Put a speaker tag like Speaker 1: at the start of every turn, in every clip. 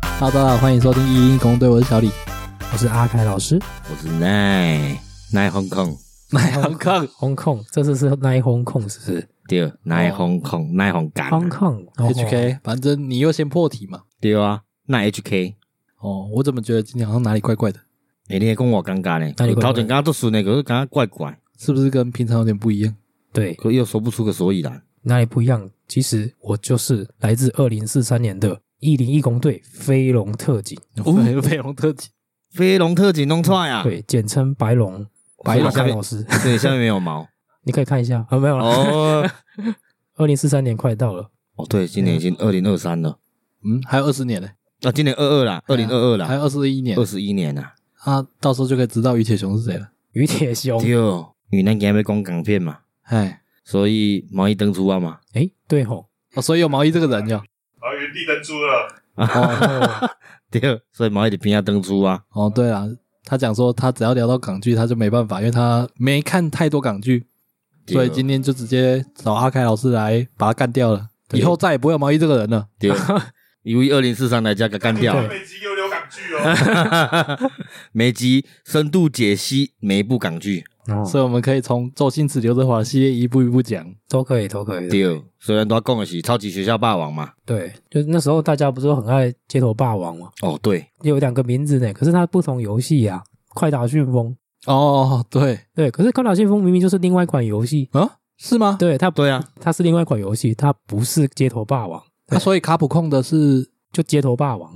Speaker 1: 哈喽，大家好，欢迎收听一一公队，我是小李。
Speaker 2: 我是阿凯老师。
Speaker 3: 我是奈奈香港，奈香港，
Speaker 2: Hong Kong，这次是 Nine Hong Kong 是不是
Speaker 3: 对，奈香港，奈香港
Speaker 2: ？Hong
Speaker 3: 啊，
Speaker 2: Kong
Speaker 1: HK，反正你又先破题嘛。
Speaker 3: 对啊，奈 HK，
Speaker 1: 哦，我怎么觉得今天好像哪里怪怪的？
Speaker 3: 诶，你会讲我尴尬呢
Speaker 2: 哪里怪？怪
Speaker 3: 头前刚刚都顺呢，可是刚刚怪怪，
Speaker 1: 是不是跟平常有点不一样？
Speaker 2: 对
Speaker 3: 可又说不出个所以然。
Speaker 2: 哪里不一样？其实我就是来自二零四三年的一零一工队飞龙特警，
Speaker 3: 哦
Speaker 1: 飞飞龙特辑，
Speaker 3: 飞龙特警弄出来啊，
Speaker 2: 对，简称白龙。
Speaker 3: 白龙
Speaker 2: 阿
Speaker 3: 下
Speaker 2: 凯
Speaker 3: 面
Speaker 2: 老师，
Speaker 3: 对，下面没有毛。
Speaker 2: 你可以看一下啊，没有了。
Speaker 3: 哦
Speaker 2: 二零四三年快到了，
Speaker 3: 哦，对，今年已经二零二三了，
Speaker 1: 嗯，还有二十年呢，
Speaker 3: 啊，今年二二啦，二零二二
Speaker 1: 还
Speaker 3: 啦，
Speaker 1: 有二十一年
Speaker 3: 二十一年啦。
Speaker 1: 啊，到时候就可以知道于铁雄是谁了。
Speaker 2: 于铁雄，
Speaker 3: 对，哦因为咱今天要讲港片嘛，
Speaker 1: 哎，
Speaker 3: 所以毛衣登出啊嘛，
Speaker 2: 哎，对吼，
Speaker 1: 哦，所以有毛衣这个人 哟。
Speaker 4: 然后原地登出了，
Speaker 2: 哦，
Speaker 3: 对，所以毛衣的边啊登出啊，
Speaker 1: 哦，对啊，他讲说他只要聊到港剧，他就没办法，因为他没看太多港剧，
Speaker 3: 对
Speaker 1: 所以今天就直接找阿凯老师来把他干掉了。以后再也不会有毛衣这个人了。
Speaker 3: 对，哦因为二零四三来加个干掉。啊
Speaker 4: 每集有流港剧哦，
Speaker 3: 每集深度解析每一部港剧，
Speaker 2: 哦
Speaker 1: 所以我们可以从周星驰、刘德华的系列一步一步讲。
Speaker 2: 都可以，都可以。
Speaker 3: 对，虽然都要讲的是超级学校霸王嘛，
Speaker 2: 对，就是那时候大家不是都很爱街头霸王吗？
Speaker 3: 哦对，
Speaker 2: 有两个名字呢，可是它不同游戏啊。快打旋风，
Speaker 1: 哦，对
Speaker 2: 对，可是快打旋风明明就是另外一款游戏，
Speaker 1: 啊，是吗？
Speaker 2: 对，它
Speaker 3: 对啊，
Speaker 2: 它是另外一款游戏，它不是街头霸王，
Speaker 1: 那所以卡普空的是
Speaker 2: 就街头霸王。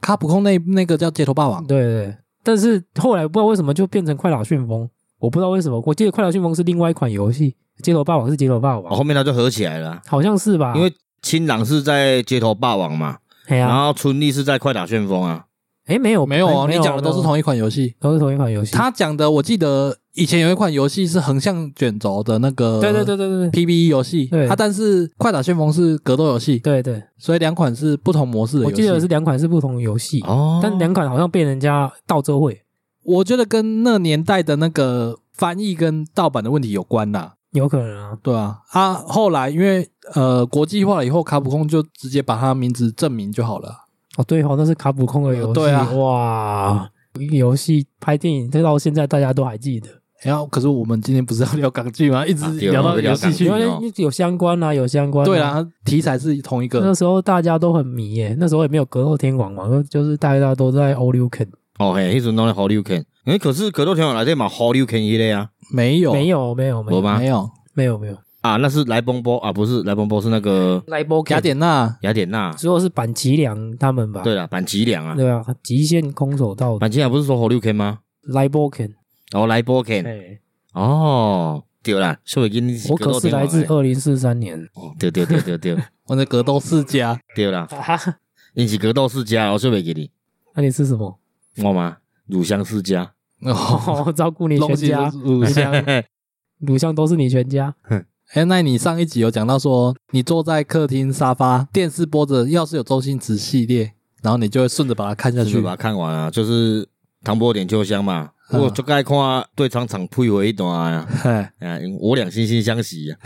Speaker 1: 卡普空那那个叫街头霸王，
Speaker 2: 对对对，但是后来不知道为什么就变成快打旋风，我不知道为什么，我记得快打旋风是另外一款游戏，街头霸王是街头霸
Speaker 3: 哦
Speaker 2: 王，
Speaker 3: 后面它就合起来了啊，
Speaker 2: 好像是吧？
Speaker 3: 因为青朗是在街头霸王嘛，
Speaker 2: 哎
Speaker 3: 然
Speaker 2: 呀，
Speaker 3: 后春丽是在快打旋风啊，
Speaker 2: 哎没有
Speaker 1: 啊没有哦，
Speaker 2: 诶
Speaker 1: 你讲的都是
Speaker 2: 没有
Speaker 1: 同一款游戏。
Speaker 2: 都是同一款游戏。
Speaker 1: 他讲的我记得以前有一款游戏是横向卷轴的那个，
Speaker 2: 对对对对对对
Speaker 1: PVE 游戏，
Speaker 2: 对
Speaker 1: 它但是快打旋风是格斗游戏，
Speaker 2: 对对，
Speaker 1: 所以两款是不同模式的游
Speaker 2: 我
Speaker 1: 戏。
Speaker 2: 记得是两款是不同游戏，
Speaker 3: 哦
Speaker 2: 但两款好像被人家倒遮会，
Speaker 1: 我觉得跟那年代的那个翻译跟盗版的问题有关啦。
Speaker 2: 有可能啊。
Speaker 1: 对啊，啊，后来因为呃国际化了以后，卡普空就直接把它名字证明就好了。
Speaker 2: 哦，对哦，那是卡普空的游戏，
Speaker 1: 对啊
Speaker 2: 哇，游戏拍电影，这到现在大家都还记得。
Speaker 1: 然后，可是我们今天不是要聊港剧吗？一直
Speaker 3: 啊对
Speaker 1: 聊到
Speaker 3: 我们聊
Speaker 1: 游戏去
Speaker 3: 港
Speaker 2: 有
Speaker 3: 剧。
Speaker 2: 有有相关啊，有相关、
Speaker 1: 对，啦，题材是同一
Speaker 2: 那
Speaker 1: 个。
Speaker 2: 时候大家都很迷耶，那时候也没有格斗天王嘛，就是大家都在 o l u k e n
Speaker 3: 哦嘿，那时候都在 h o l l y w o n 哎，可是格斗天王来这嘛 h o l l y w o n 一类啊，
Speaker 1: 没有，
Speaker 2: 没，有啊没有没
Speaker 3: 没
Speaker 2: 有
Speaker 3: 吗
Speaker 1: 没有。
Speaker 2: 没有没有，
Speaker 3: 啊那是莱崩波啊，不是莱崩波是那个
Speaker 2: 来波
Speaker 1: 雅典娜
Speaker 3: 雅典娜，
Speaker 2: 之后是板崎良他们吧？
Speaker 3: 对了，板崎良啊，
Speaker 2: 对啊，极限空手道
Speaker 3: 板崎良不是说 h o l l y w o n 吗？
Speaker 2: 来波 k e n
Speaker 3: 哦，莱波 n
Speaker 2: 哎，
Speaker 3: 哦，对啦，所以今天
Speaker 2: 我可
Speaker 3: 格斗
Speaker 2: 是
Speaker 3: 天王
Speaker 2: 来自
Speaker 3: 欸
Speaker 2: 二零四三年，
Speaker 3: 哦，对对对对对。
Speaker 1: 我的格斗世家，
Speaker 3: 对啦，
Speaker 2: 哈哈，
Speaker 3: 因是格斗世家，我说袂给你，
Speaker 2: 那你吃什 么？
Speaker 3: 我嘛乳香世家，
Speaker 1: 哦，
Speaker 2: 哦，照顾你全
Speaker 1: 龙脊
Speaker 2: 家，
Speaker 1: 乳香。
Speaker 2: 乳香都是你全家，
Speaker 1: 哎，那你上一集有讲到说，你坐在客厅沙发，电视播着，要是有周星驰系列，然后你就会顺着把它看下
Speaker 3: 那
Speaker 1: 去
Speaker 3: 去把它看完啊，就是唐伯点秋香嘛，
Speaker 1: 嗯
Speaker 3: 我就爱看啊对场场配合一段啊，
Speaker 1: 哎，
Speaker 3: 啊，我俩惺惺相惜啊，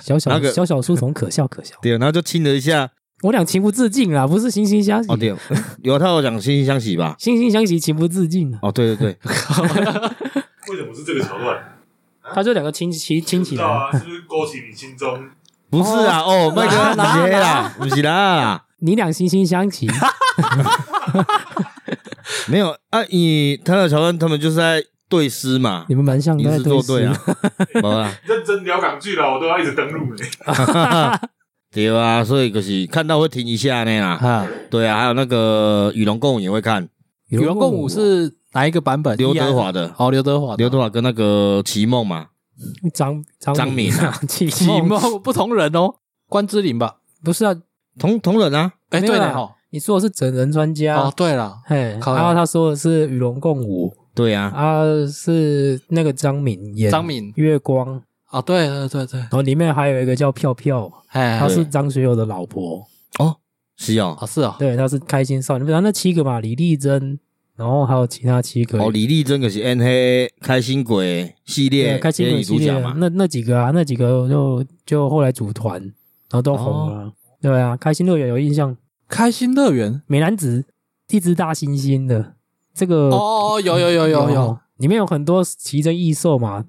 Speaker 2: 小小
Speaker 3: 那个
Speaker 2: 小小书童可笑可笑，
Speaker 3: 对，然后就亲了一下，
Speaker 2: 我俩情不自禁啦，不是惺惺相惜
Speaker 3: 哦，，对， 有他有讲惺惺相惜吧？
Speaker 2: 惺惺相惜，情不自禁啊。
Speaker 3: 哦，对对对，
Speaker 4: 为什么是这个桥段？
Speaker 2: 他就两个亲戚亲
Speaker 4: 不
Speaker 2: 起
Speaker 4: 知
Speaker 2: 来
Speaker 4: 道
Speaker 2: 了。
Speaker 4: 啊，是不是勾起你心中？
Speaker 3: 不是啊，哦，麦克不是啦，不是啦，
Speaker 2: 你俩惺惺相惜，
Speaker 3: 没有啊，你他的乔恩他们就是在对诗嘛
Speaker 2: 你，们蛮像
Speaker 3: 吟
Speaker 2: 在
Speaker 3: 诗作对啊
Speaker 2: 诗，
Speaker 3: 无啊。
Speaker 4: 认真聊港剧啊了，我都要一直登录欸嘞。
Speaker 3: 对啊，所以就是看到会停一下呢啦。
Speaker 1: 哈，
Speaker 3: 对啊，还有那个《与龙共舞》也会看，
Speaker 1: 《与龙共舞》是哪一个版本？
Speaker 3: 刘德华的，
Speaker 1: 哦，刘德
Speaker 2: 啊
Speaker 1: 华的，
Speaker 3: 刘德华跟那个齐梦嘛，
Speaker 2: 张张
Speaker 3: 张敏啊，
Speaker 2: 启
Speaker 1: 启
Speaker 2: 启梦
Speaker 1: 梦不同人哦，关之琳吧？
Speaker 2: 不是啊？
Speaker 3: 同同人啊，
Speaker 1: 哎，
Speaker 2: 没有
Speaker 1: 对
Speaker 2: 啦啊
Speaker 1: 了哈，
Speaker 2: 你说的是整人专
Speaker 1: 哦
Speaker 2: 家，，
Speaker 1: 对了，
Speaker 2: 嘿，
Speaker 1: 靠
Speaker 2: 然后他说的是与龙共舞
Speaker 3: 对啊，
Speaker 2: 啊，是那个张敏演
Speaker 1: 张敏
Speaker 2: 月光，然
Speaker 1: 哦，对对对对，
Speaker 2: 后里面还有一个叫票票，
Speaker 1: 哎，
Speaker 2: 她是
Speaker 3: 对
Speaker 2: 张学友的老婆，
Speaker 3: 哦，是哦，
Speaker 2: 啊
Speaker 1: 哦是哦，
Speaker 2: 对，她是开心少女，然后那七个嘛，李丽珍，然后还有其他七个，
Speaker 3: 哦，李丽珍可是 N 黑开心鬼系
Speaker 2: 对，
Speaker 3: 列
Speaker 2: 开心
Speaker 3: 也
Speaker 2: 鬼
Speaker 3: 女
Speaker 2: 系
Speaker 3: 主
Speaker 2: 列
Speaker 3: 角
Speaker 2: 啊
Speaker 3: 嘛，，
Speaker 2: 那那几个啊，那几个就就后来组团，然
Speaker 3: 哦
Speaker 2: 后都红了啊。对啊，开心乐园有印象，
Speaker 1: 开心乐园
Speaker 2: 美男子一只大猩猩的这个
Speaker 1: 哦，有有有有有，，
Speaker 2: 里面有很多奇珍异兽嘛，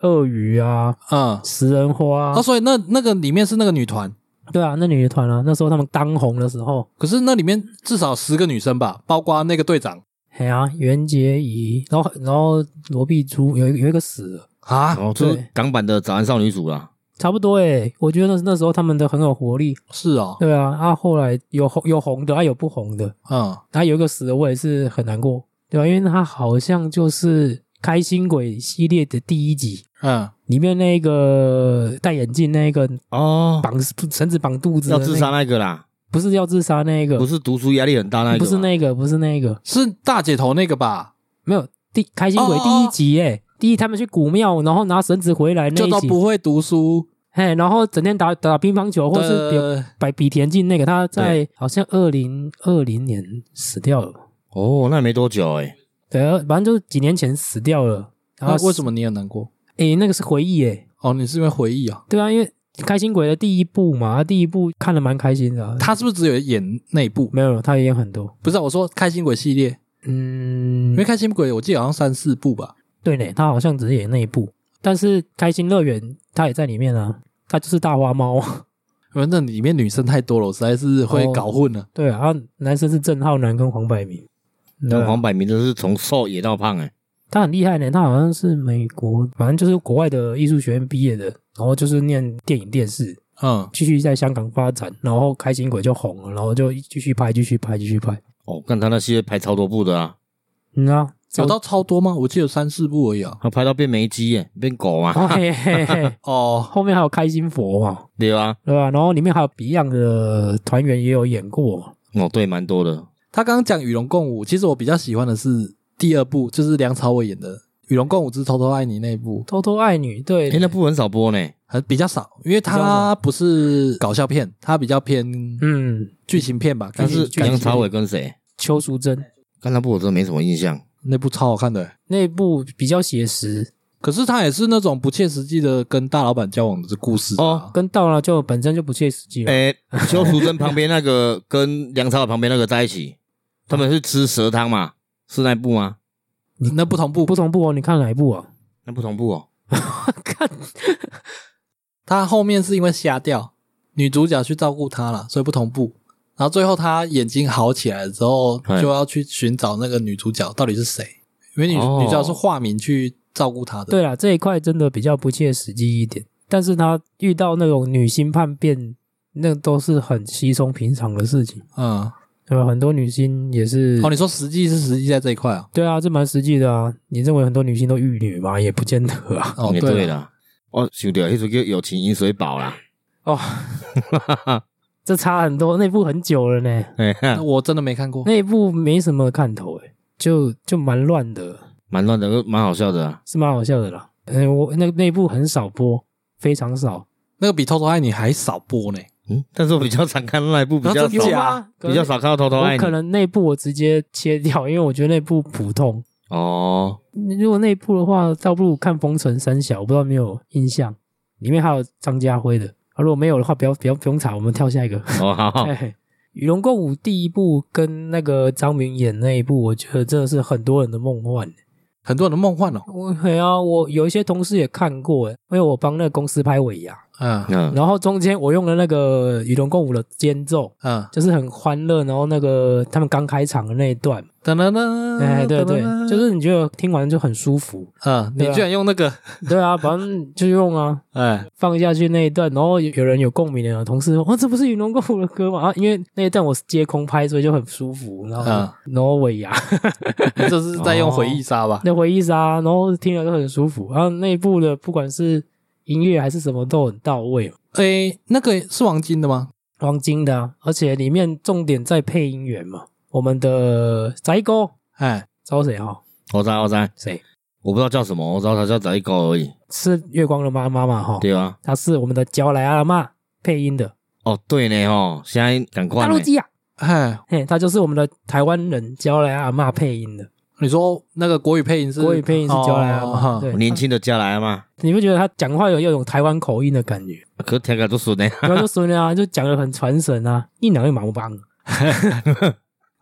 Speaker 2: 鳄鱼啊，
Speaker 1: 嗯，
Speaker 2: 食人花、啊
Speaker 1: 哦，，所以那那个里面是那个女团，
Speaker 2: 对啊，那女团啊，那时候他们当红的时候，
Speaker 1: 可是那里面至少十个女生吧，包括那个队长
Speaker 2: 哎呀、袁洁仪，然后然后罗碧珠有一个有一个死了，
Speaker 1: 啊，
Speaker 3: 哦，这
Speaker 2: 对
Speaker 3: 是港版的早安少女组啊啦。
Speaker 2: 差不多诶、我觉得那那时候他们的很有活力，
Speaker 1: 是哦，
Speaker 2: 对啊，啊后来有红有红的，啊有不红的，
Speaker 1: 嗯，
Speaker 2: 然后有一个死的我也是很难过，对吧、因为他好像就是开心鬼系列的第一集。
Speaker 1: 嗯，
Speaker 2: 里面那个戴眼镜那个
Speaker 3: 哦，
Speaker 2: 绑绳子绑肚子的
Speaker 3: 要
Speaker 2: 那个
Speaker 3: 自杀那个啦，
Speaker 2: 不是要自杀那个，
Speaker 3: 不是读书压力很大那一个吧，
Speaker 2: 不是那个，不是那个，
Speaker 1: 是大姐头那个吧？
Speaker 2: 没有第开心鬼
Speaker 1: 哦哦哦
Speaker 2: 第一集耶，第一他们去古庙，然后拿绳子回来那
Speaker 1: 就
Speaker 2: 一
Speaker 1: 都
Speaker 2: 集，
Speaker 1: 不会读书，
Speaker 2: 嘿，然后整天打打乒乓球或哦是比
Speaker 1: 的呃
Speaker 2: 摆比田径那个，他在好像二零二零年死掉了，
Speaker 3: 哦，那没多久哎、
Speaker 2: 对啊，反正就是几年前死掉了。然
Speaker 1: 那
Speaker 2: 后
Speaker 1: 为什么你很难过？
Speaker 2: 诶、那个是回忆诶，
Speaker 1: 哦，你是因为回忆啊？
Speaker 2: 对啊，因为开心鬼的第一部嘛，啊第一部看的蛮开心的啊、
Speaker 1: 他是不是只有演那一部？
Speaker 2: 没有，他也有很多，
Speaker 1: 不是啊、我说开心鬼系列，
Speaker 2: 嗯
Speaker 1: 因为，开心鬼我记得好像三四部吧。
Speaker 2: 对呢，他好像只是演那一部，但是开心乐园他也在里面啊，他就是大花猫，
Speaker 1: 因为呃那里面女生太多了，我实在是会
Speaker 2: 哦
Speaker 1: 搞混了。
Speaker 2: 对啊，啊男生是郑浩南跟黄百鸣，对
Speaker 3: 那
Speaker 2: 啊
Speaker 3: 黄百鸣真是从瘦野到胖哎、
Speaker 2: 他很厉害呢，他好像是美国，反正就是国外的艺术学院毕业的，然后就是念电影电视，
Speaker 1: 嗯，
Speaker 2: 继续在香港发展，然后开心鬼就红了，然后就继续拍，继续拍，继续拍，
Speaker 3: 哦，看他那些拍超多部的啊，
Speaker 2: 嗯啊，
Speaker 1: 有到超多吗？我记得三四部而已啊。
Speaker 3: 他拍到变没鸡哎、变狗啊，
Speaker 2: 哦 嘿嘿嘿，
Speaker 1: 哦，
Speaker 2: 后面还有开心佛嘛，
Speaker 3: 对啊，
Speaker 2: 对吧、然后里面还有 Beyond 的团员也有演过嘛，
Speaker 3: 哦对，蛮多的。
Speaker 1: 他刚刚讲与龙共舞，其实我比较喜欢的是第二部，就是梁朝伟演的《与龙共舞之偷偷爱你》那一部，
Speaker 2: 偷偷爱你，对
Speaker 3: 哎、，那部很少播呢、
Speaker 1: 很比较少，因为
Speaker 2: 比较
Speaker 1: 他
Speaker 2: 少
Speaker 1: 不是搞笑片，他比较偏
Speaker 2: 嗯，
Speaker 1: 剧情片吧。
Speaker 3: 但
Speaker 1: 但
Speaker 3: 是
Speaker 1: 是
Speaker 2: 剧情
Speaker 3: 梁朝伟跟谁？
Speaker 2: 邱淑贞
Speaker 3: 看那部我真的没什么印象。
Speaker 1: 那部超好看的欸、
Speaker 2: 那部比较写实，
Speaker 1: 可是他也是那种不切实际的跟大老板交往的故事啊
Speaker 3: 哦，
Speaker 2: 跟到了就本身就不切实际了。
Speaker 3: 哎、邱淑贞旁边那个跟梁朝伟旁边那个在一起，他们是吃蛇汤嘛？是那一部吗？
Speaker 1: 那不同步
Speaker 2: 不，同步哦，你看哪一部啊？
Speaker 3: 那不同步哦。
Speaker 2: 看
Speaker 1: 他后面是因为瞎掉，女主角去照顾他了，所以不同步。然后最后他眼睛好起来了之后，
Speaker 3: 嗯
Speaker 1: 就要去寻找那个女主角到底是谁，因为女、
Speaker 3: 哦
Speaker 1: 女主角是化名去照顾他的。
Speaker 2: 对了，这一块真的比较不切实际一点，但是他遇到那种女星叛变，那都是很稀松平常的事情，
Speaker 1: 嗯，
Speaker 2: 对吧？很多女星也是，
Speaker 1: 哦，你说实际是实际在这一块啊？
Speaker 2: 对啊，这蛮实际的啊。你认为很多女星都玉女吗？也不见得啊。
Speaker 1: 哦，
Speaker 3: 嗯也
Speaker 1: 对
Speaker 3: 哎对
Speaker 1: 了，
Speaker 3: 啦。哦，兄弟，那首叫《友情饮水饱》啦。
Speaker 2: 哦，这差很多，那部很久了呢，
Speaker 3: 哎、
Speaker 1: 那我真的没看过。
Speaker 2: 那部没什么看头诶、欸就就蛮乱的，
Speaker 3: 蛮乱的，蛮好笑的、啊。
Speaker 2: 是蛮好笑的啦。嗯、我那那部很少播，非常少。
Speaker 1: 那个比《偷偷爱你》还少播呢。
Speaker 3: 嗯，但是我比较常看那一部，比啊较
Speaker 1: 真假
Speaker 3: 少，
Speaker 1: 吗
Speaker 3: 比较。少看到偷偷爱
Speaker 2: 我
Speaker 3: 你
Speaker 2: 可。能那部我直接切掉，因为我觉得那部普通。
Speaker 3: 哦，
Speaker 2: 如果那部的话，倒不如看《封城三小》，我不知道有没有印象，里面还有张家辉的。啊，如果没有的话，不要不要不用查，我们跳下一个。
Speaker 3: 哦，好 好，
Speaker 2: 嘿与龙共舞第一部跟那个张明演那一部，我觉得真的是很多人的梦幻。
Speaker 1: 很多人的梦幻哦，
Speaker 2: 我对啊，我有一些同事也看过，诶因为我帮那个公司拍尾牙，
Speaker 1: 嗯
Speaker 3: 嗯，
Speaker 2: 然后中间我用了那个《与龙共舞》的间奏，
Speaker 1: 嗯，
Speaker 2: 就是很欢乐，然后那个他们刚开场的那一段，
Speaker 1: 噔噔噔，
Speaker 2: 哎，对对
Speaker 1: 噔噔，噔
Speaker 2: 就是你觉得听完就很舒服，
Speaker 1: 嗯，你
Speaker 2: 对啊
Speaker 1: 居然用那个，
Speaker 2: 对啊，反正就用啊，
Speaker 1: 哎，
Speaker 2: 放下去那一段，然后有有人有共鸣的有同事说，哦，这不是《与龙共舞》的歌吗？啊，因为那一段我是接空拍，所以就很舒服，然后
Speaker 1: 嗯
Speaker 2: 然后尾牙，
Speaker 1: 你这是在用回忆杀吧？
Speaker 2: 那回忆杀，然后听了都很舒服，然后内部的不管是音乐还是什么都很到位，
Speaker 1: 哎，那个是王晶的吗？
Speaker 2: 黄金的、啊，而且里面重点在配音员嘛，我们的宅哥
Speaker 1: 哎，
Speaker 2: 知道谁啊哈？
Speaker 3: 我猜我猜，
Speaker 2: 谁
Speaker 3: 我不知道叫什么，我知道他叫仔狗而已。
Speaker 2: 是月光的妈妈嘛哈？
Speaker 3: 对啊，
Speaker 2: 她是我们的娇莱阿妈配音的
Speaker 3: 哦对呢哦，现在赶快
Speaker 2: 大
Speaker 3: 呢
Speaker 2: 陆，鸡啊，
Speaker 1: 哎，
Speaker 2: 嘿，她就是我们的台湾人娇莱阿妈配音的，
Speaker 1: 你说那个国语配音是
Speaker 2: 国语配音是娇莱阿
Speaker 1: 哦
Speaker 2: 妈，
Speaker 1: 哦
Speaker 2: 对，
Speaker 3: 年轻的家来嘛，
Speaker 2: 你不觉得她讲话有有种台湾口音的感 觉？
Speaker 3: 可听起来都顺呢。
Speaker 2: 啊然后就说呢啊，就讲的很传神啊，一两又蛮棒的。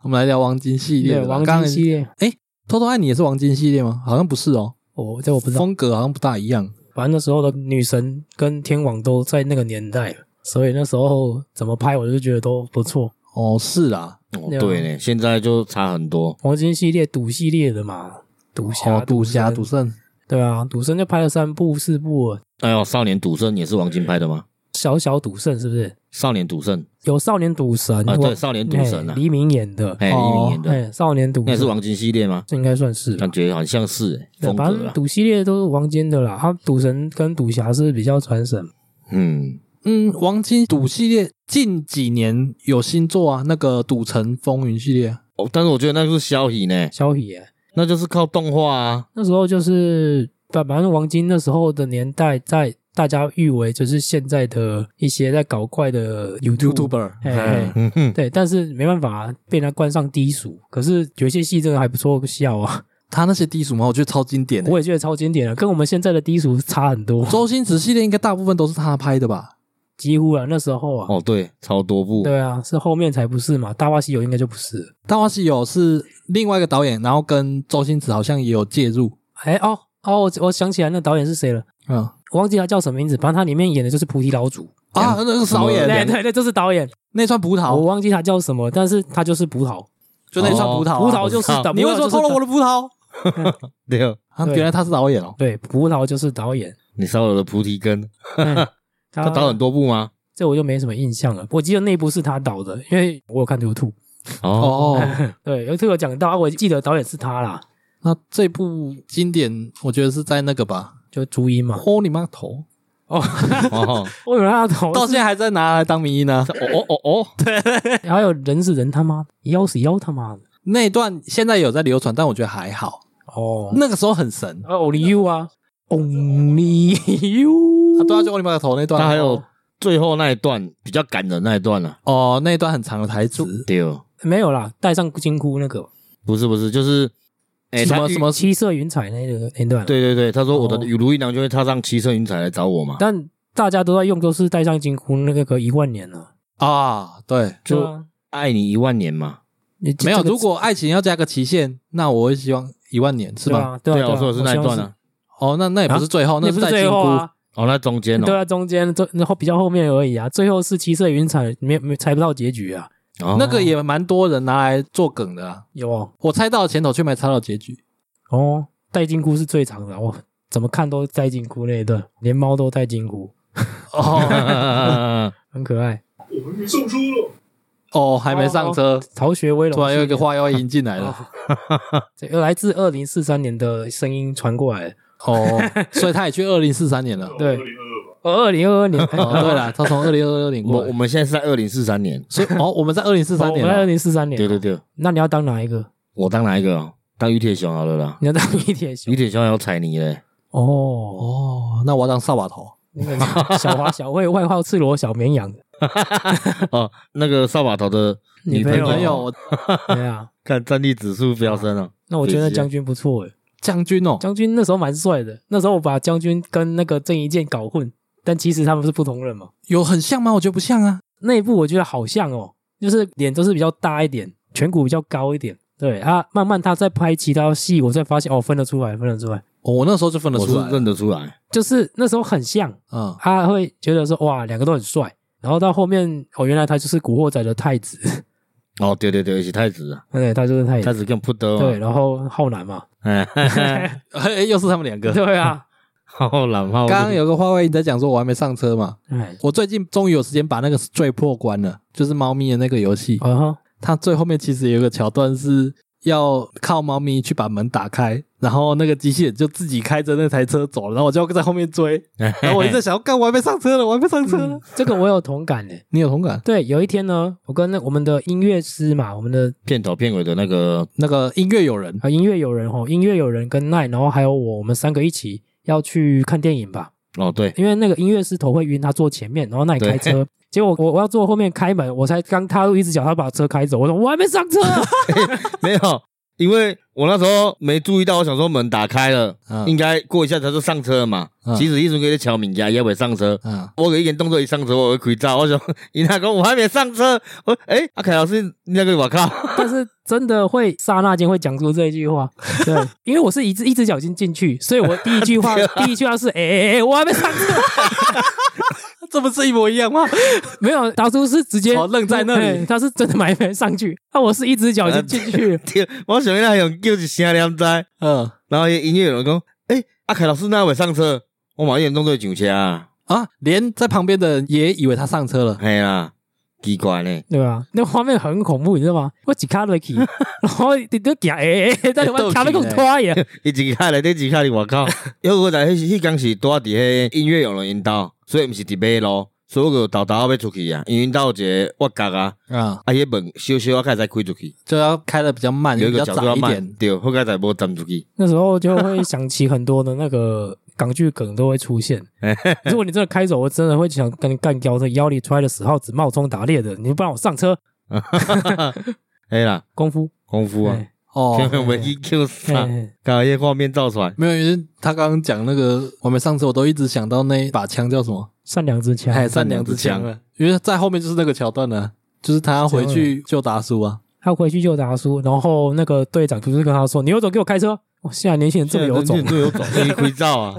Speaker 1: 我们来聊王晶系列
Speaker 2: 对，
Speaker 1: 的吧。
Speaker 2: 王
Speaker 1: 刚
Speaker 2: 晶
Speaker 1: 才
Speaker 2: 系列，
Speaker 1: 偷偷爱你也是王晶系列吗？好像不是哦，
Speaker 2: 哦，这我不知道。
Speaker 1: 风格好像不大一样。
Speaker 2: 反正那时候的女神跟天王都在那个年代了，所以那时候怎么拍我就觉得都不错。
Speaker 1: 哦，是啦，
Speaker 3: 哦
Speaker 2: 对啊
Speaker 3: 对呢，现在就差很多。
Speaker 2: 黄金系列、赌系列的嘛，赌侠、
Speaker 1: 哦，赌侠、
Speaker 2: 神
Speaker 1: 赌圣，
Speaker 2: 对啊，赌圣就拍了三部四部了，
Speaker 3: 哎呦，少年赌圣也是王晶拍的吗？
Speaker 2: 小小赌圣是不是？
Speaker 3: 少年赌圣
Speaker 2: 有少年赌神
Speaker 3: 啊，
Speaker 2: 我
Speaker 3: 对，少年赌神
Speaker 2: 哎
Speaker 3: 啊，
Speaker 2: 黎明演的，
Speaker 3: 哎，
Speaker 1: 哦
Speaker 3: 黎明演的，
Speaker 2: 哎，少年赌
Speaker 3: 那也是
Speaker 2: 神
Speaker 3: 王晶系列吗？
Speaker 2: 这应该算是吧
Speaker 3: 感。觉好像是哎
Speaker 2: 对
Speaker 3: 风
Speaker 2: 反
Speaker 3: 格
Speaker 2: 正
Speaker 3: 啊，
Speaker 2: 赌系列都是王晶的啦，他赌神跟赌侠是比较传神。
Speaker 3: 嗯，
Speaker 1: 嗯，王晶赌系列近几年有新作啊，那个《赌城风云》系列啊，
Speaker 3: 哦，但是我觉得那就是消息呢，
Speaker 2: 萧协、欸、
Speaker 3: 那就是靠动画啊，
Speaker 2: 那时候就是，反反正王晶那时候的年代，在大家誉为就是现在的一些在搞怪的 YouTube，
Speaker 1: YouTuber
Speaker 2: 哎、哎
Speaker 3: 嗯哼，
Speaker 2: 对，但是没办法、啊被人家冠上低俗。可是有些戏真的还不错笑啊，
Speaker 1: 他那些低俗嘛，我觉得超经典的。
Speaker 2: 我也觉得超经典的，跟我们现在的低俗差很多，
Speaker 1: 周星驰系列应该大部分都是他拍的吧？
Speaker 2: 几乎啊那时候啊，
Speaker 3: 哦，对，超多部，
Speaker 2: 对啊，是后面才不是嘛，《大话西游》应该就不是了。
Speaker 1: 《大话西游》是另外一个导演，然后跟周星驰好像也有介入。
Speaker 2: 哎、哦哦，我我想起来那导演是谁了。
Speaker 1: 嗯
Speaker 2: 我忘记他叫什么名字，反正他里面演的就是菩提老祖，
Speaker 1: 啊，那个是导
Speaker 3: 对
Speaker 1: 演
Speaker 2: 对对对，就是导演，
Speaker 1: 那串葡
Speaker 2: 我
Speaker 1: 萄，
Speaker 2: 忘记他叫什么，但是他就是葡萄，
Speaker 1: 就那串葡萄啊，
Speaker 2: 葡萄就是
Speaker 3: 我靠
Speaker 2: 导，
Speaker 1: 你为什么偷了我的
Speaker 2: 的？
Speaker 1: 葡萄？
Speaker 3: 对哦，
Speaker 1: 啊，
Speaker 2: 对
Speaker 1: 原来他是导演哦。
Speaker 2: 对，葡萄就是 导演，
Speaker 3: 你烧了我的菩提根，
Speaker 2: 嗯
Speaker 3: 他导很多部吗？
Speaker 2: 这我就没什么印象了。我记得那部是他导的，因为我有看 YouTube，
Speaker 3: 哦，
Speaker 1: 哦，
Speaker 2: 对，有这个讲到，啊我记得导演是他啦，
Speaker 1: 那这部经典，我觉得是在那个吧，
Speaker 2: 就朱茵嘛。
Speaker 1: 哦，你妈头，
Speaker 2: 哦，
Speaker 3: 哦，
Speaker 2: 我以为他导
Speaker 1: 到现在还在拿来当名医呢。
Speaker 3: 哦哦哦，
Speaker 2: 在，还有人是人他妈的，妖是妖他妈的。
Speaker 1: 那一段现在有在流传，但我觉得还好，
Speaker 2: 哦，
Speaker 1: 那个时候很神。
Speaker 2: 啊，Only You 啊，Only You
Speaker 1: 啊，对啊，就欧尼玛头那段，
Speaker 3: 他还有最后那一段比较感人那一段啊，
Speaker 1: 哦，那一段很长的台词，
Speaker 3: 对哦，
Speaker 2: 没有啦，带上金箍那个
Speaker 3: 不是不是，就是，哎，
Speaker 1: 什
Speaker 3: 他
Speaker 1: 么
Speaker 3: 遇
Speaker 1: 什么，
Speaker 2: 七色云彩那个那段，
Speaker 3: 对对对，他说我的
Speaker 2: 哦
Speaker 3: 如意郎就会踏上七色云彩来找我嘛，
Speaker 2: 但大家都在用，都是带上金箍那个个一万年了，
Speaker 1: 啊，对，
Speaker 3: 就
Speaker 2: 对啊
Speaker 3: 爱你一万年嘛，
Speaker 2: 你
Speaker 1: 没有。
Speaker 2: 这个
Speaker 1: 如果爱情要加个期限，那我会希望一万年，是
Speaker 2: 对
Speaker 1: 吧？
Speaker 2: 啊，对
Speaker 3: 对
Speaker 2: 啊，
Speaker 3: 啊，我说的是那一段啊，
Speaker 1: 哦，那那也不是最后，
Speaker 2: 希望是，那
Speaker 1: 那在
Speaker 2: 不是
Speaker 1: 金
Speaker 2: 最后
Speaker 1: 箍
Speaker 2: 啊，
Speaker 3: 哦，那中间
Speaker 2: 对
Speaker 3: 哦，
Speaker 2: 啊，中间最然后比较后面而已啊，最后是七色云彩，没没猜不到结局啊，
Speaker 3: 哦
Speaker 1: 那个也蛮多人拿来做梗的啊。
Speaker 2: 有哦
Speaker 1: 我猜到了前头，却没猜到结局。
Speaker 2: 哦，戴金箍是最长的，我怎么看都戴金箍那一段，连猫都戴金箍，
Speaker 1: 哦
Speaker 2: 很可爱。
Speaker 4: 我们没送出了，
Speaker 1: 哦，还没上车，
Speaker 2: 逃学威龙
Speaker 3: 啊
Speaker 1: 突然又一个
Speaker 2: 系
Speaker 1: 话要引进来
Speaker 2: 列，
Speaker 1: 了。
Speaker 2: 哦这个来自二零四三年的声音传过来，
Speaker 1: 哦，所以他也去二零四三年了。
Speaker 2: 对
Speaker 4: 二零二二吧，
Speaker 2: 二零二二 年，哎
Speaker 1: 哦，对了，他从二零二二年
Speaker 3: 我
Speaker 1: 过
Speaker 3: 我
Speaker 1: 来，
Speaker 3: 们现在是在二零四三年，
Speaker 1: 所以哦，我们在二零四
Speaker 2: 哦
Speaker 1: 三
Speaker 2: 我
Speaker 1: 年
Speaker 2: 们在二
Speaker 1: 了。
Speaker 2: 零四三年
Speaker 3: 啊对
Speaker 2: 哦，
Speaker 3: 对对，
Speaker 2: 那你要当哪一个？
Speaker 3: 我当哪一个哦？当于铁雄好了啦，
Speaker 2: 你要当 一铁熊
Speaker 3: 于铁雄还有彩泥嘞，
Speaker 2: 哦，
Speaker 1: 哦，那我要当扫把头。
Speaker 2: 那个小华小慧外号赤裸小绵 羊，
Speaker 3: 哦，那个扫把头的女
Speaker 2: 朋
Speaker 3: 朋
Speaker 2: 友
Speaker 1: 没有，我
Speaker 2: 对啊。
Speaker 3: 看战力指数飙升哦了，
Speaker 2: 那我觉得
Speaker 3: 谢谢
Speaker 2: 将军不错诶，
Speaker 1: 将军哦，
Speaker 2: 将军那时候蛮帅的。那时候我把将军跟那个郑伊健搞混，但其实他们是不同人嘛。
Speaker 1: 有很像吗？我觉得不像啊。
Speaker 2: 那一部我觉得好像哦，就是脸都是比较大一点，颧骨比较高一点。对啊，慢慢他在拍其他戏，我才发现哦，分得出来，分得出来，
Speaker 1: 哦我那时候就分得
Speaker 3: 我
Speaker 1: 出
Speaker 3: 是
Speaker 1: 来了。
Speaker 3: 认得出来，
Speaker 2: 就是那时候很像，
Speaker 1: 嗯，
Speaker 2: 啊他会觉得说哇，两个都很帅。然后到后面哦，原来他就是古惑仔的太子，
Speaker 3: 哦，对对对，而且太子啊，
Speaker 2: 对，他就是太
Speaker 3: 太
Speaker 2: 子，
Speaker 3: 子更不得
Speaker 2: 对，
Speaker 3: 嘛，
Speaker 2: 然后浩南嘛，
Speaker 3: 哎，
Speaker 1: 哎又是他们两个。
Speaker 2: 对啊，
Speaker 3: 好哦懒好，
Speaker 1: 刚刚 有个话外音在讲说，我还没上车嘛。
Speaker 2: 哎，
Speaker 1: 我最近终于有时间把那个最破关了，就是猫咪的那个游戏。
Speaker 2: 啊哈，
Speaker 1: 它最后面其实有一个桥段是要靠猫咪去把门打开，然后那个机器人就自己开着那台车走了，然后我就要在后面 追。然后我一直在想，干我还没上车呢，我还没上车呢。
Speaker 2: 嗯这个我有同感的。
Speaker 1: 你有同感？
Speaker 2: 对，有一天呢，我跟那我们的音乐师嘛，我们的
Speaker 3: 片头片尾的那个
Speaker 1: 那个音乐有人，
Speaker 2: 啊音乐友人吼，音乐友人跟奈，然后还有我，我们三个一起要去看电影吧。
Speaker 3: 哦，对，
Speaker 2: 因为那个音乐师头会晕，他坐前面，然后奈
Speaker 3: 对
Speaker 2: 开车，结果我我要坐后面开门，我才刚踏入一只脚，他把车开走，我说我还没上车啊，
Speaker 3: 没有，因为我那时候没注意到，我想说门打开了，
Speaker 1: 嗯
Speaker 3: 应该过一下他就上车了嘛。
Speaker 1: 嗯
Speaker 3: 其实一直给你敲名家，也未上车。
Speaker 1: 啊，
Speaker 3: 我有一点动作一上车，我会开照。我想，伊那讲我还没上车，我诶，阿凯老师，你那个我靠，，
Speaker 2: 但是真的会刹那间会讲出这一句话，对，因为我是一只一只脚已经进去，所以我第一 句话
Speaker 1: 啊
Speaker 2: 第一句话是哎哎哎，我还没上车，
Speaker 1: 这不是一模一样吗？
Speaker 2: 没有，达叔是直接
Speaker 1: 哦愣在那里呃
Speaker 2: 对他是真的买没上去，那我是一只脚已经进去了
Speaker 3: 对我想那用叫一声了知，
Speaker 1: 嗯
Speaker 3: 然后那音乐有人讲，诶，阿凯老师那会上车，我马上动作上车啊，
Speaker 1: 啊，连在旁边的人也以为他上车了，
Speaker 3: 嘿啦，奇怪呢。
Speaker 2: 对吧？那画面很恐怖，你知道吗？我几卡瑞 去，然后你都讲哎哎哎，但是我卡被给我拖啊呀，
Speaker 3: 伊一卡内底一卡伫外口，因为我来迄迄工是住伫迄音乐用的因兜，所以毋是伫马路，所以我就豆豆要出去啊，因为因兜有一个挖角啊，
Speaker 1: 啊，
Speaker 3: 啊迄门小小我才使开出去，
Speaker 1: 就要开的比较慢，
Speaker 3: 有一
Speaker 1: 啊比
Speaker 3: 个
Speaker 1: 较
Speaker 3: 角度要
Speaker 1: 窄一
Speaker 3: 慢
Speaker 1: 点，。
Speaker 3: 对，后盖才无站出去。
Speaker 2: 那时候就会想起很多的那个港剧梗都会出 现。如果你真的开走，我真的会想跟你干掉这腰里出来的死耗子冒充打猎的，你不让我上车，
Speaker 3: 哎啦，
Speaker 2: 功夫
Speaker 3: 功夫啊，
Speaker 2: 哎
Speaker 1: 哦
Speaker 3: 千，万袂去叫啥，
Speaker 2: 哎
Speaker 3: 搞迄画面照出来。
Speaker 1: 没有，因为他刚刚讲那个，我们上次我都一直想到那把枪叫什么？
Speaker 2: 善良之 枪，
Speaker 1: 哎，善良之
Speaker 3: 善良之枪
Speaker 1: 枪啊，因为在后面就是那个桥段了、啊就是他要回去救达叔啊，
Speaker 2: 他回去救达叔，然后那个队长不是跟他说：“你有种给我开车！”哇，现在年轻人这么有种，
Speaker 3: 这么有种，你开照啊！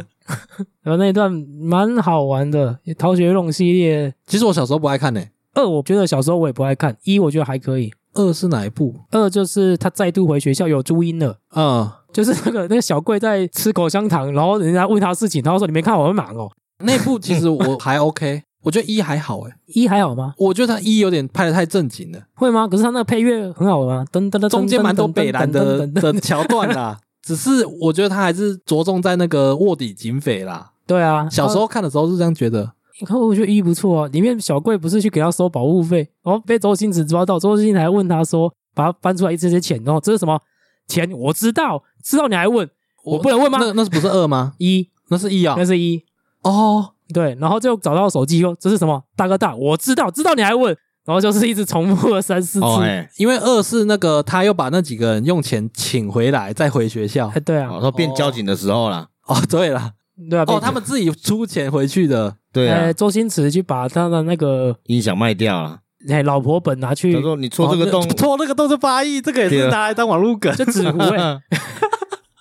Speaker 2: 然后那一段蛮好玩的，《逃学弄》系列
Speaker 1: 其实我小时候不爱看呢、
Speaker 2: 二，我觉得小时候我也不爱看，一我觉得还可以，
Speaker 1: 二是哪一部？
Speaker 2: 二就是他再度回学校有朱茵了。
Speaker 1: 嗯，
Speaker 2: 就是那个那个小贵在吃口香糖，然后人家问他事情，他说你没看我很忙哦。
Speaker 1: 那部其实 我还 OK，我觉得一还好诶、
Speaker 2: 一还好吗？
Speaker 1: 我觉得他一有点拍的太正经了，
Speaker 2: 会吗？可是他那个配乐很好吗？噔噔噔，
Speaker 1: 中间蛮多北兰的
Speaker 2: 噔噔噔噔
Speaker 1: 的桥段 啦。只是我觉得他还是着重在那个卧底警匪啦。
Speaker 2: 对啊，
Speaker 1: 小时候看的时候是这样觉得，
Speaker 2: 你看，我觉得一不错啊。里面小贵不是去给他收保护费，然后被周星驰抓到，周星驰还问他说，把他搬出来一些些钱，然后这是什么钱？我知道，知道你还问哦我不能问吗
Speaker 1: 那那是不是二吗？
Speaker 2: 一，
Speaker 1: 那是一啊
Speaker 2: 那。是一
Speaker 1: 哦，
Speaker 2: 对，然后就找到手机哟，这是什么？大哥大，我知道，知道你还问，然后就是一直重复了三四次。
Speaker 3: 哦哎，
Speaker 1: 因为二是那个他又把那几个人用钱请回来，再回学校
Speaker 2: 哎，。对啊，
Speaker 3: 好，说变交警的时候啦，
Speaker 1: 哦，对啦，
Speaker 2: 对啊，
Speaker 1: 哦，
Speaker 2: 被
Speaker 1: 他们自己出钱回去 的。
Speaker 3: 对啊
Speaker 2: 呃，，周星驰去把他的那个
Speaker 3: 音响卖掉了。
Speaker 2: 哎老婆本拿去
Speaker 3: 他说你戳这个洞，
Speaker 1: 错哦那个都是八亿，这个也
Speaker 3: 对
Speaker 1: 是
Speaker 3: 啊
Speaker 1: 拿来当网路梗。
Speaker 2: 就纸糊 哎，